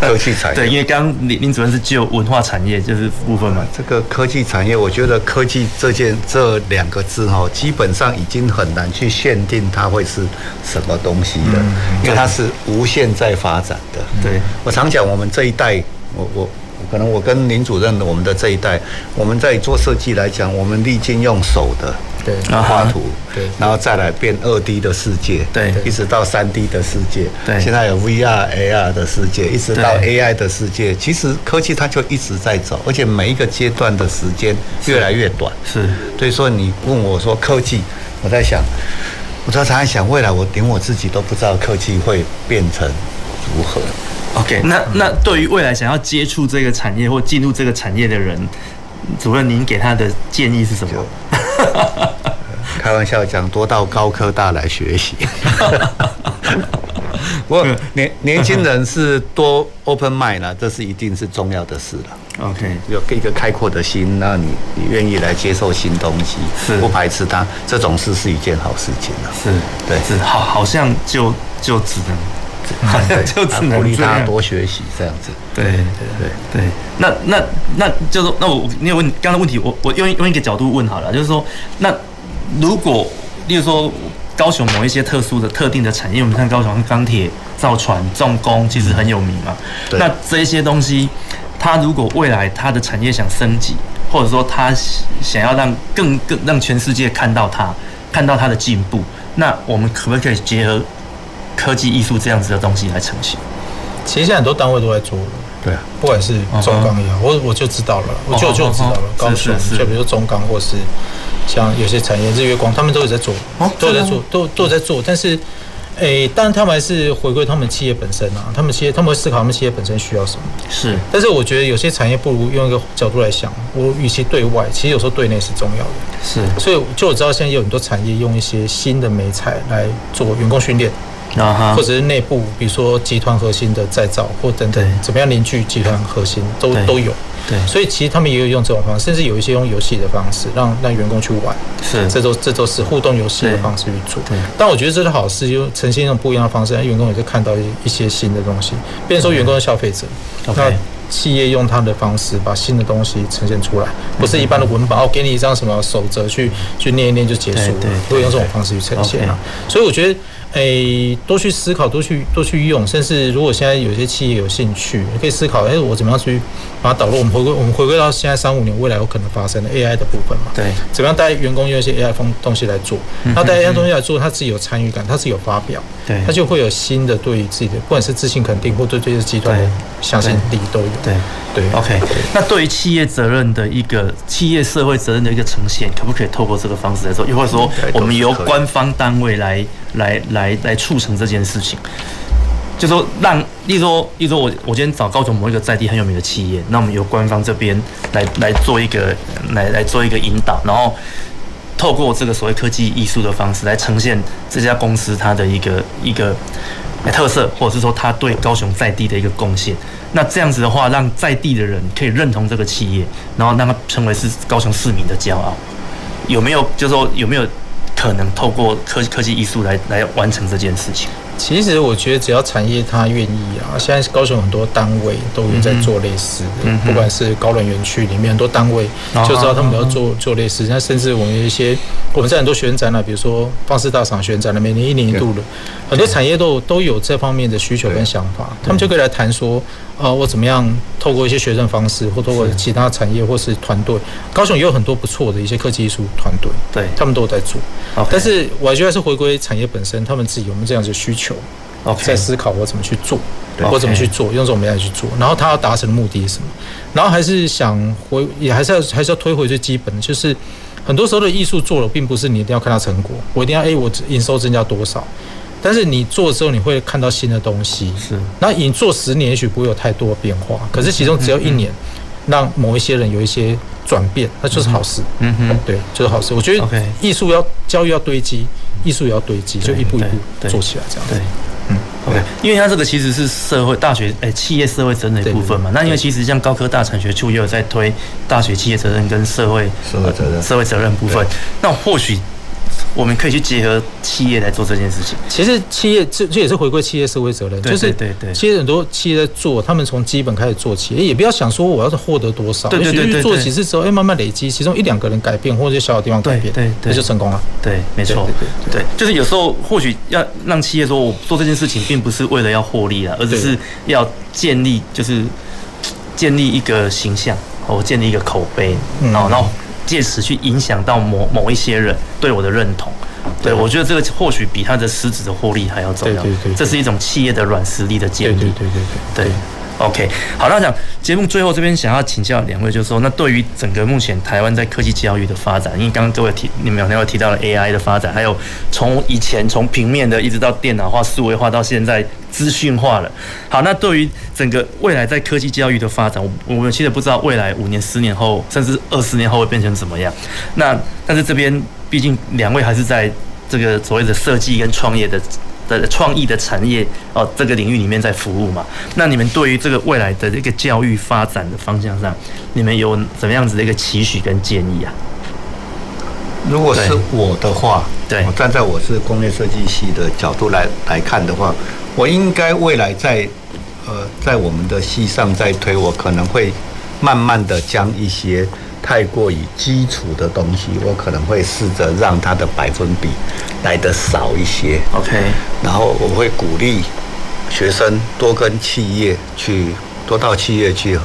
S2: 科技产业
S3: 哎
S1: 对，因为刚刚林林主任是就文化产业就是部分嘛，
S2: 这个科技产业，我觉得科技这件这两个字哈、哦，基本上已经很难去限定它会是什么东西了，因为它是无限在发展的。
S1: 对，
S2: 我常讲我们这一代，我我。可能我跟林主任，我们的这一代，我们在做设计来讲，我们历经用手的，
S3: 对
S2: 画图，
S3: 对
S2: 然后再来变二 D 的世界，
S1: 对
S2: 一直到三 D 的世界，
S1: 对
S2: 现在有 VR、AR 的世界，一直到
S1: 对
S2: AI 的世界。其实科技它就一直在走，而且每一个阶段的时间越来越短。
S1: 是
S2: 所以说你问我说科技，我在想，我常常想未来我连我自己都不知道科技会变成如何。
S1: OK，那那对于未来想要接触这个产业或进入这个产业的人，主任您给他的建议是什么？
S2: 开玩笑讲，多到高科大来
S1: *laughs*
S2: 学习。不过年年轻人是多 open mind 了，这是一定是重要的事了。
S1: OK，
S2: 有一个开阔的心，那你你愿意来接受新东西，
S1: 是
S2: 不排斥它，这种事是一件好事情啊。
S1: 是
S2: 对 *laughs*
S1: 是 *laughs* 好，好像就就只能，好像就只
S2: 啊
S1: 能
S2: 鼓励
S1: 这
S2: 大家
S1: 样。
S2: 多学习，这样子。
S1: 对对对对，那那那就是那我你有问刚刚的问题，我我用一用一个角度问好了，就是说，那如果例如说高雄某一些特殊的特定的产业，我们看高雄钢铁、造船、重工其实很有名嘛，
S2: 对
S1: 那这些东西，它如果未来它的产业想升级，或者说它想要让更更让全世界看到它，看到它的进步，那我们可不可以结合科技艺术这样子的东西来呈现？
S3: 其实现在很多单位都在做了。
S2: 对啊，
S3: 不管是中钢
S1: 嗯
S3: 也好，我我就知道了，我就
S1: 哦
S3: 就知道了
S1: 哦。
S3: 高
S1: 是
S3: 雄
S1: 是是
S3: 就比如中钢或是像有些产业日月光，他们都有在做
S1: 哦，
S3: 都有在
S1: 真的
S3: 做，都都有在做。但是，诶，当然他们还是回归他们企业本身啊，他们企业他们会思考他们企业本身需要什么。
S1: 是
S3: 但是我觉得有些产业不如用一个角度来想，我与其对外，其实有时候对内是重要的。
S1: 是
S3: 所以就我知道现在有很多产业用一些新的美材来做员工训练，
S1: 啊哈
S3: 或者是内部，比如说集团核心的再造或等等
S1: 对，
S3: 怎么样凝聚集团核心都
S1: 对
S3: 都有。
S1: 对
S3: 所以其实他们也有用这种方式，甚至有一些用游戏的方式，让让员工去玩，
S1: 是
S3: 这都这都是互动游戏的方式去做
S1: 对对。
S3: 但我觉得这是好事，就呈现一种不一样的方式，让员工也是看到一一些新的东西，变成说员工是消费者，
S1: OK
S3: 那企业用他的方式把新的东西呈现出来，不是一般的文本，哦，给你一张什么守则去去念一念就结束了
S1: 对对，
S3: 会用这种方式去呈现啊。所以我觉得，诶、多去思考，多去多去用，甚至如果现在有些企业有兴趣，你可以思考，诶、我怎么样去把它导入？我们回归，我们回归到现在三五年未来有可能发生的 AI 的部分嘛？
S1: 对嗯
S3: 怎么样带员工用一些 AI 风东西来做？那带 AI 东西来做，他自己有参与感，他自己有发表，
S1: 对
S3: 他就会有新的对于自己的，不管是自信肯定，或对这些集团的
S1: 对
S3: 相信力都有。
S1: 对哦
S3: 对
S1: OK，那对于企业责任的一个企业社会责任的一个呈现，可不可以透过这个方式来做？又或者说
S2: 对，
S1: 我们由
S2: 都是可以
S1: 官方单位来来来来促成这件事情，就说让，例如说，例如说我我今天找高雄某一个在地很有名的企业，那我们由官方这边来来做一个来来做一个引导，然后透过这个所谓科技艺术的方式来呈现这家公司它的一个一个呃特色，或者是说它对高雄在地的一个贡献。那这样子的话，让在地的人可以认同这个企业，然后让它成为是高雄市民的骄傲。有没有就是说有没有可能透过科科技艺术来来完成这件事情？
S3: 其实我觉得只要产业它愿意啊，现在高雄很多单位都有在做类似的，
S1: 嗯哼
S3: 不管是高冷园区里面很多单位
S1: 哦
S3: 就知道他们要做做类似，那甚至我们有一些我们在很多学员展览，比如说方式大赏学员展览，每年一年一度的，很多产业都有都有这方面的需求跟想法，他们就可以来谈说，呃，我怎么样透过一些学生方式，或透过其他产业或是团队，高雄也有很多不错的一些科技艺术团队，
S1: 对
S3: 他们都有在做
S1: OK，
S3: 但是我觉得还是回归产业本身，他们自己有没有这样子的需求。
S1: OK
S3: 在思考我怎么去做，
S1: 对
S3: 我怎么
S1: OK
S3: 去做，用这种媒材去做，然后他要达成的目的是什么？然后还是想回，也还是要还是要推回最基本的，就是很多时候的艺术做了，并不是你一定要看它成果，我一定要诶，我营收增加多少。但是你做的时候，你会看到新的东西。
S1: 是
S3: 那你做十年，也许不会有太多的变化，可是其中只要一年，让某一些人有一些转变，那就是好事。
S1: 嗯嗯哼，
S3: 对，就是好事。我觉得
S1: OK
S3: 艺术要教育要堆积，艺术也要堆积，就一步一
S1: 对对
S3: 步做起来这样。
S1: 对。嗯，OK，因为它这个其实是社会大学诶、企业社会责任的一部分嘛。那因为其实像高科大产学处也有在推大学企业责任跟社会呃
S2: 社会责任
S1: 社会责任部分。那或许我们可以去结合企业来做这件事情。
S3: 其实企业这这也是回归企业社会责任，
S1: 对
S3: 就是
S1: 对对对
S3: 其实很多企业在做，他们从基本开始做起，也不要想说我要是获得多少，
S1: 对对对
S3: 也许
S1: 对对
S3: 做几次之后，哎，慢慢累积，其中一两个人改变，或者小小地方改变，
S1: 对对
S3: 那就成功了。
S1: 对，没错，
S3: 对
S1: 对，就是有时候或许要让企业说，我做这件事情并不是为了要获利啊，而只是要建立，就是建立一个形象，哦，建立一个口碑，
S3: 嗯
S1: 然后然后借此去影响到某某一些人对我的认同。对，我觉得这个或许比他的实质的获利还要重要。
S3: 对对对对
S1: 这是一种企业的软实力的建立。
S3: 对对对对。
S1: 对，OK，好，那讲节目最后这边想要请教两位，就是说，那对于整个目前台湾在科技教育的发展，因为刚刚各位提，你们有两位提到了 AI 的发展，还有从以前从平面的一直到电脑化、数位化，到现在资讯化了。好，那对于整个未来在科技教育的发展，我我们其实不知道未来五年、十年后，甚至二十年后会变成怎么样。那但是这边毕竟两位还是在这个所谓的设计跟创业的的创意的产业哦这个领域里面在服务嘛。那你们对于这个未来的这个教育发展的方向上，你们有怎么样子的一个期许跟建议啊？
S2: 如果是
S1: 对
S2: 我的话，
S1: 对
S2: 我站在我是工业设计系的角度来来看的话，我应该未来在呃在我们的系上在推，我可能会慢慢的将一些太过于基础的东西，我可能会试着让它的百分比来的少一些。
S1: OK
S2: 然后我会鼓励学生多跟企业去，多到企业去，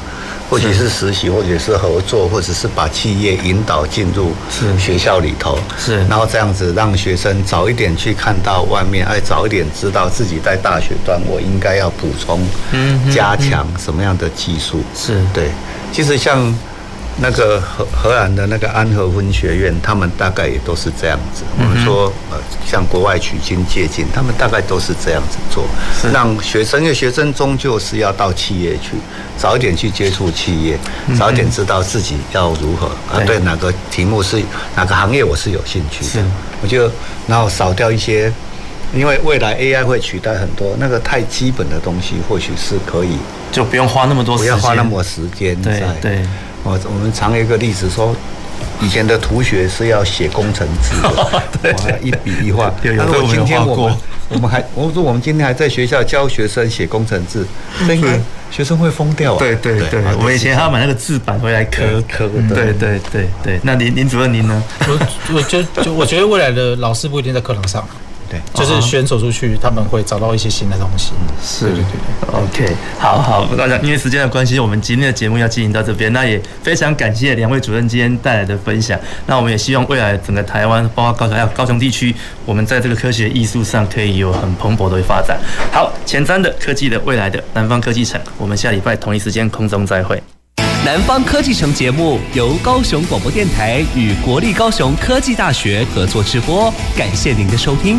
S2: 或许是实习，或者是合作，或者是把企业引导进入
S1: 是
S2: 学校里头，
S1: 是
S2: 然后这样子让学生早一点去看到外面，哎，早一点知道自己在大学端我应该要补充、
S1: 嗯嗯
S2: 加强什么样的技术，
S1: 是
S2: 对。其实像那个荷荷兰的那个安和分学院，他们大概也都是这样子。我
S1: 嗯
S2: 们
S1: 哼
S2: 说呃，向国外取经借鉴，他们大概都是这样子做
S1: 是，
S2: 让学生，因为学生终究是要到企业去，早一点去接触企业，早一点知道自己要如何啊，
S1: 嗯对
S2: 对哪个题目是哪个行业我是有兴趣
S1: 是
S2: 的，我就然后少掉一些。因为未来 AI 会取代很多那个太基本的东西，或许是可以
S1: 就不用花那么多时
S2: 不
S1: 间，
S2: 要花那么多时间
S1: 对
S2: 在。
S1: 对，
S2: 我我们常有一个例子说，以前的图学是要写工程字
S1: *laughs*
S2: 的，哇，一笔一画。
S1: 有有
S2: 那如
S1: 这
S2: 果
S1: 我们有
S2: 今天
S1: 画
S2: 我们
S1: 过
S2: 我们还，我说我们今天还在学校教学生写工程
S1: *laughs*
S2: 字，这应该学生会疯掉啊！
S1: 对对对，
S2: 啊
S1: 我们以前还要买那个字板回来刻
S2: 刻
S1: 嗯对
S2: 对
S1: 对对对，那林林主任您呢？
S3: 我我就就我觉得未来的老师不一定在课堂上，
S2: 对
S1: 啊
S3: 就是选手出去，他们会找到一些新的东西。
S1: 是，OK，好好，大家因为时间的关系，我们今天的节目要进行到这边。那也非常感谢两位主任今天带来的分享。那我们也希望未来整个台湾，包括高雄还有高雄地区，我们在这个科学艺术上可以有很蓬勃的发展。好，前瞻的科技的未来的南方科技城，我们下礼拜同一时间空中再会。
S11: 南方科技城节目由高雄广播电台与国立高雄科技大学合作直播，感谢您的收听。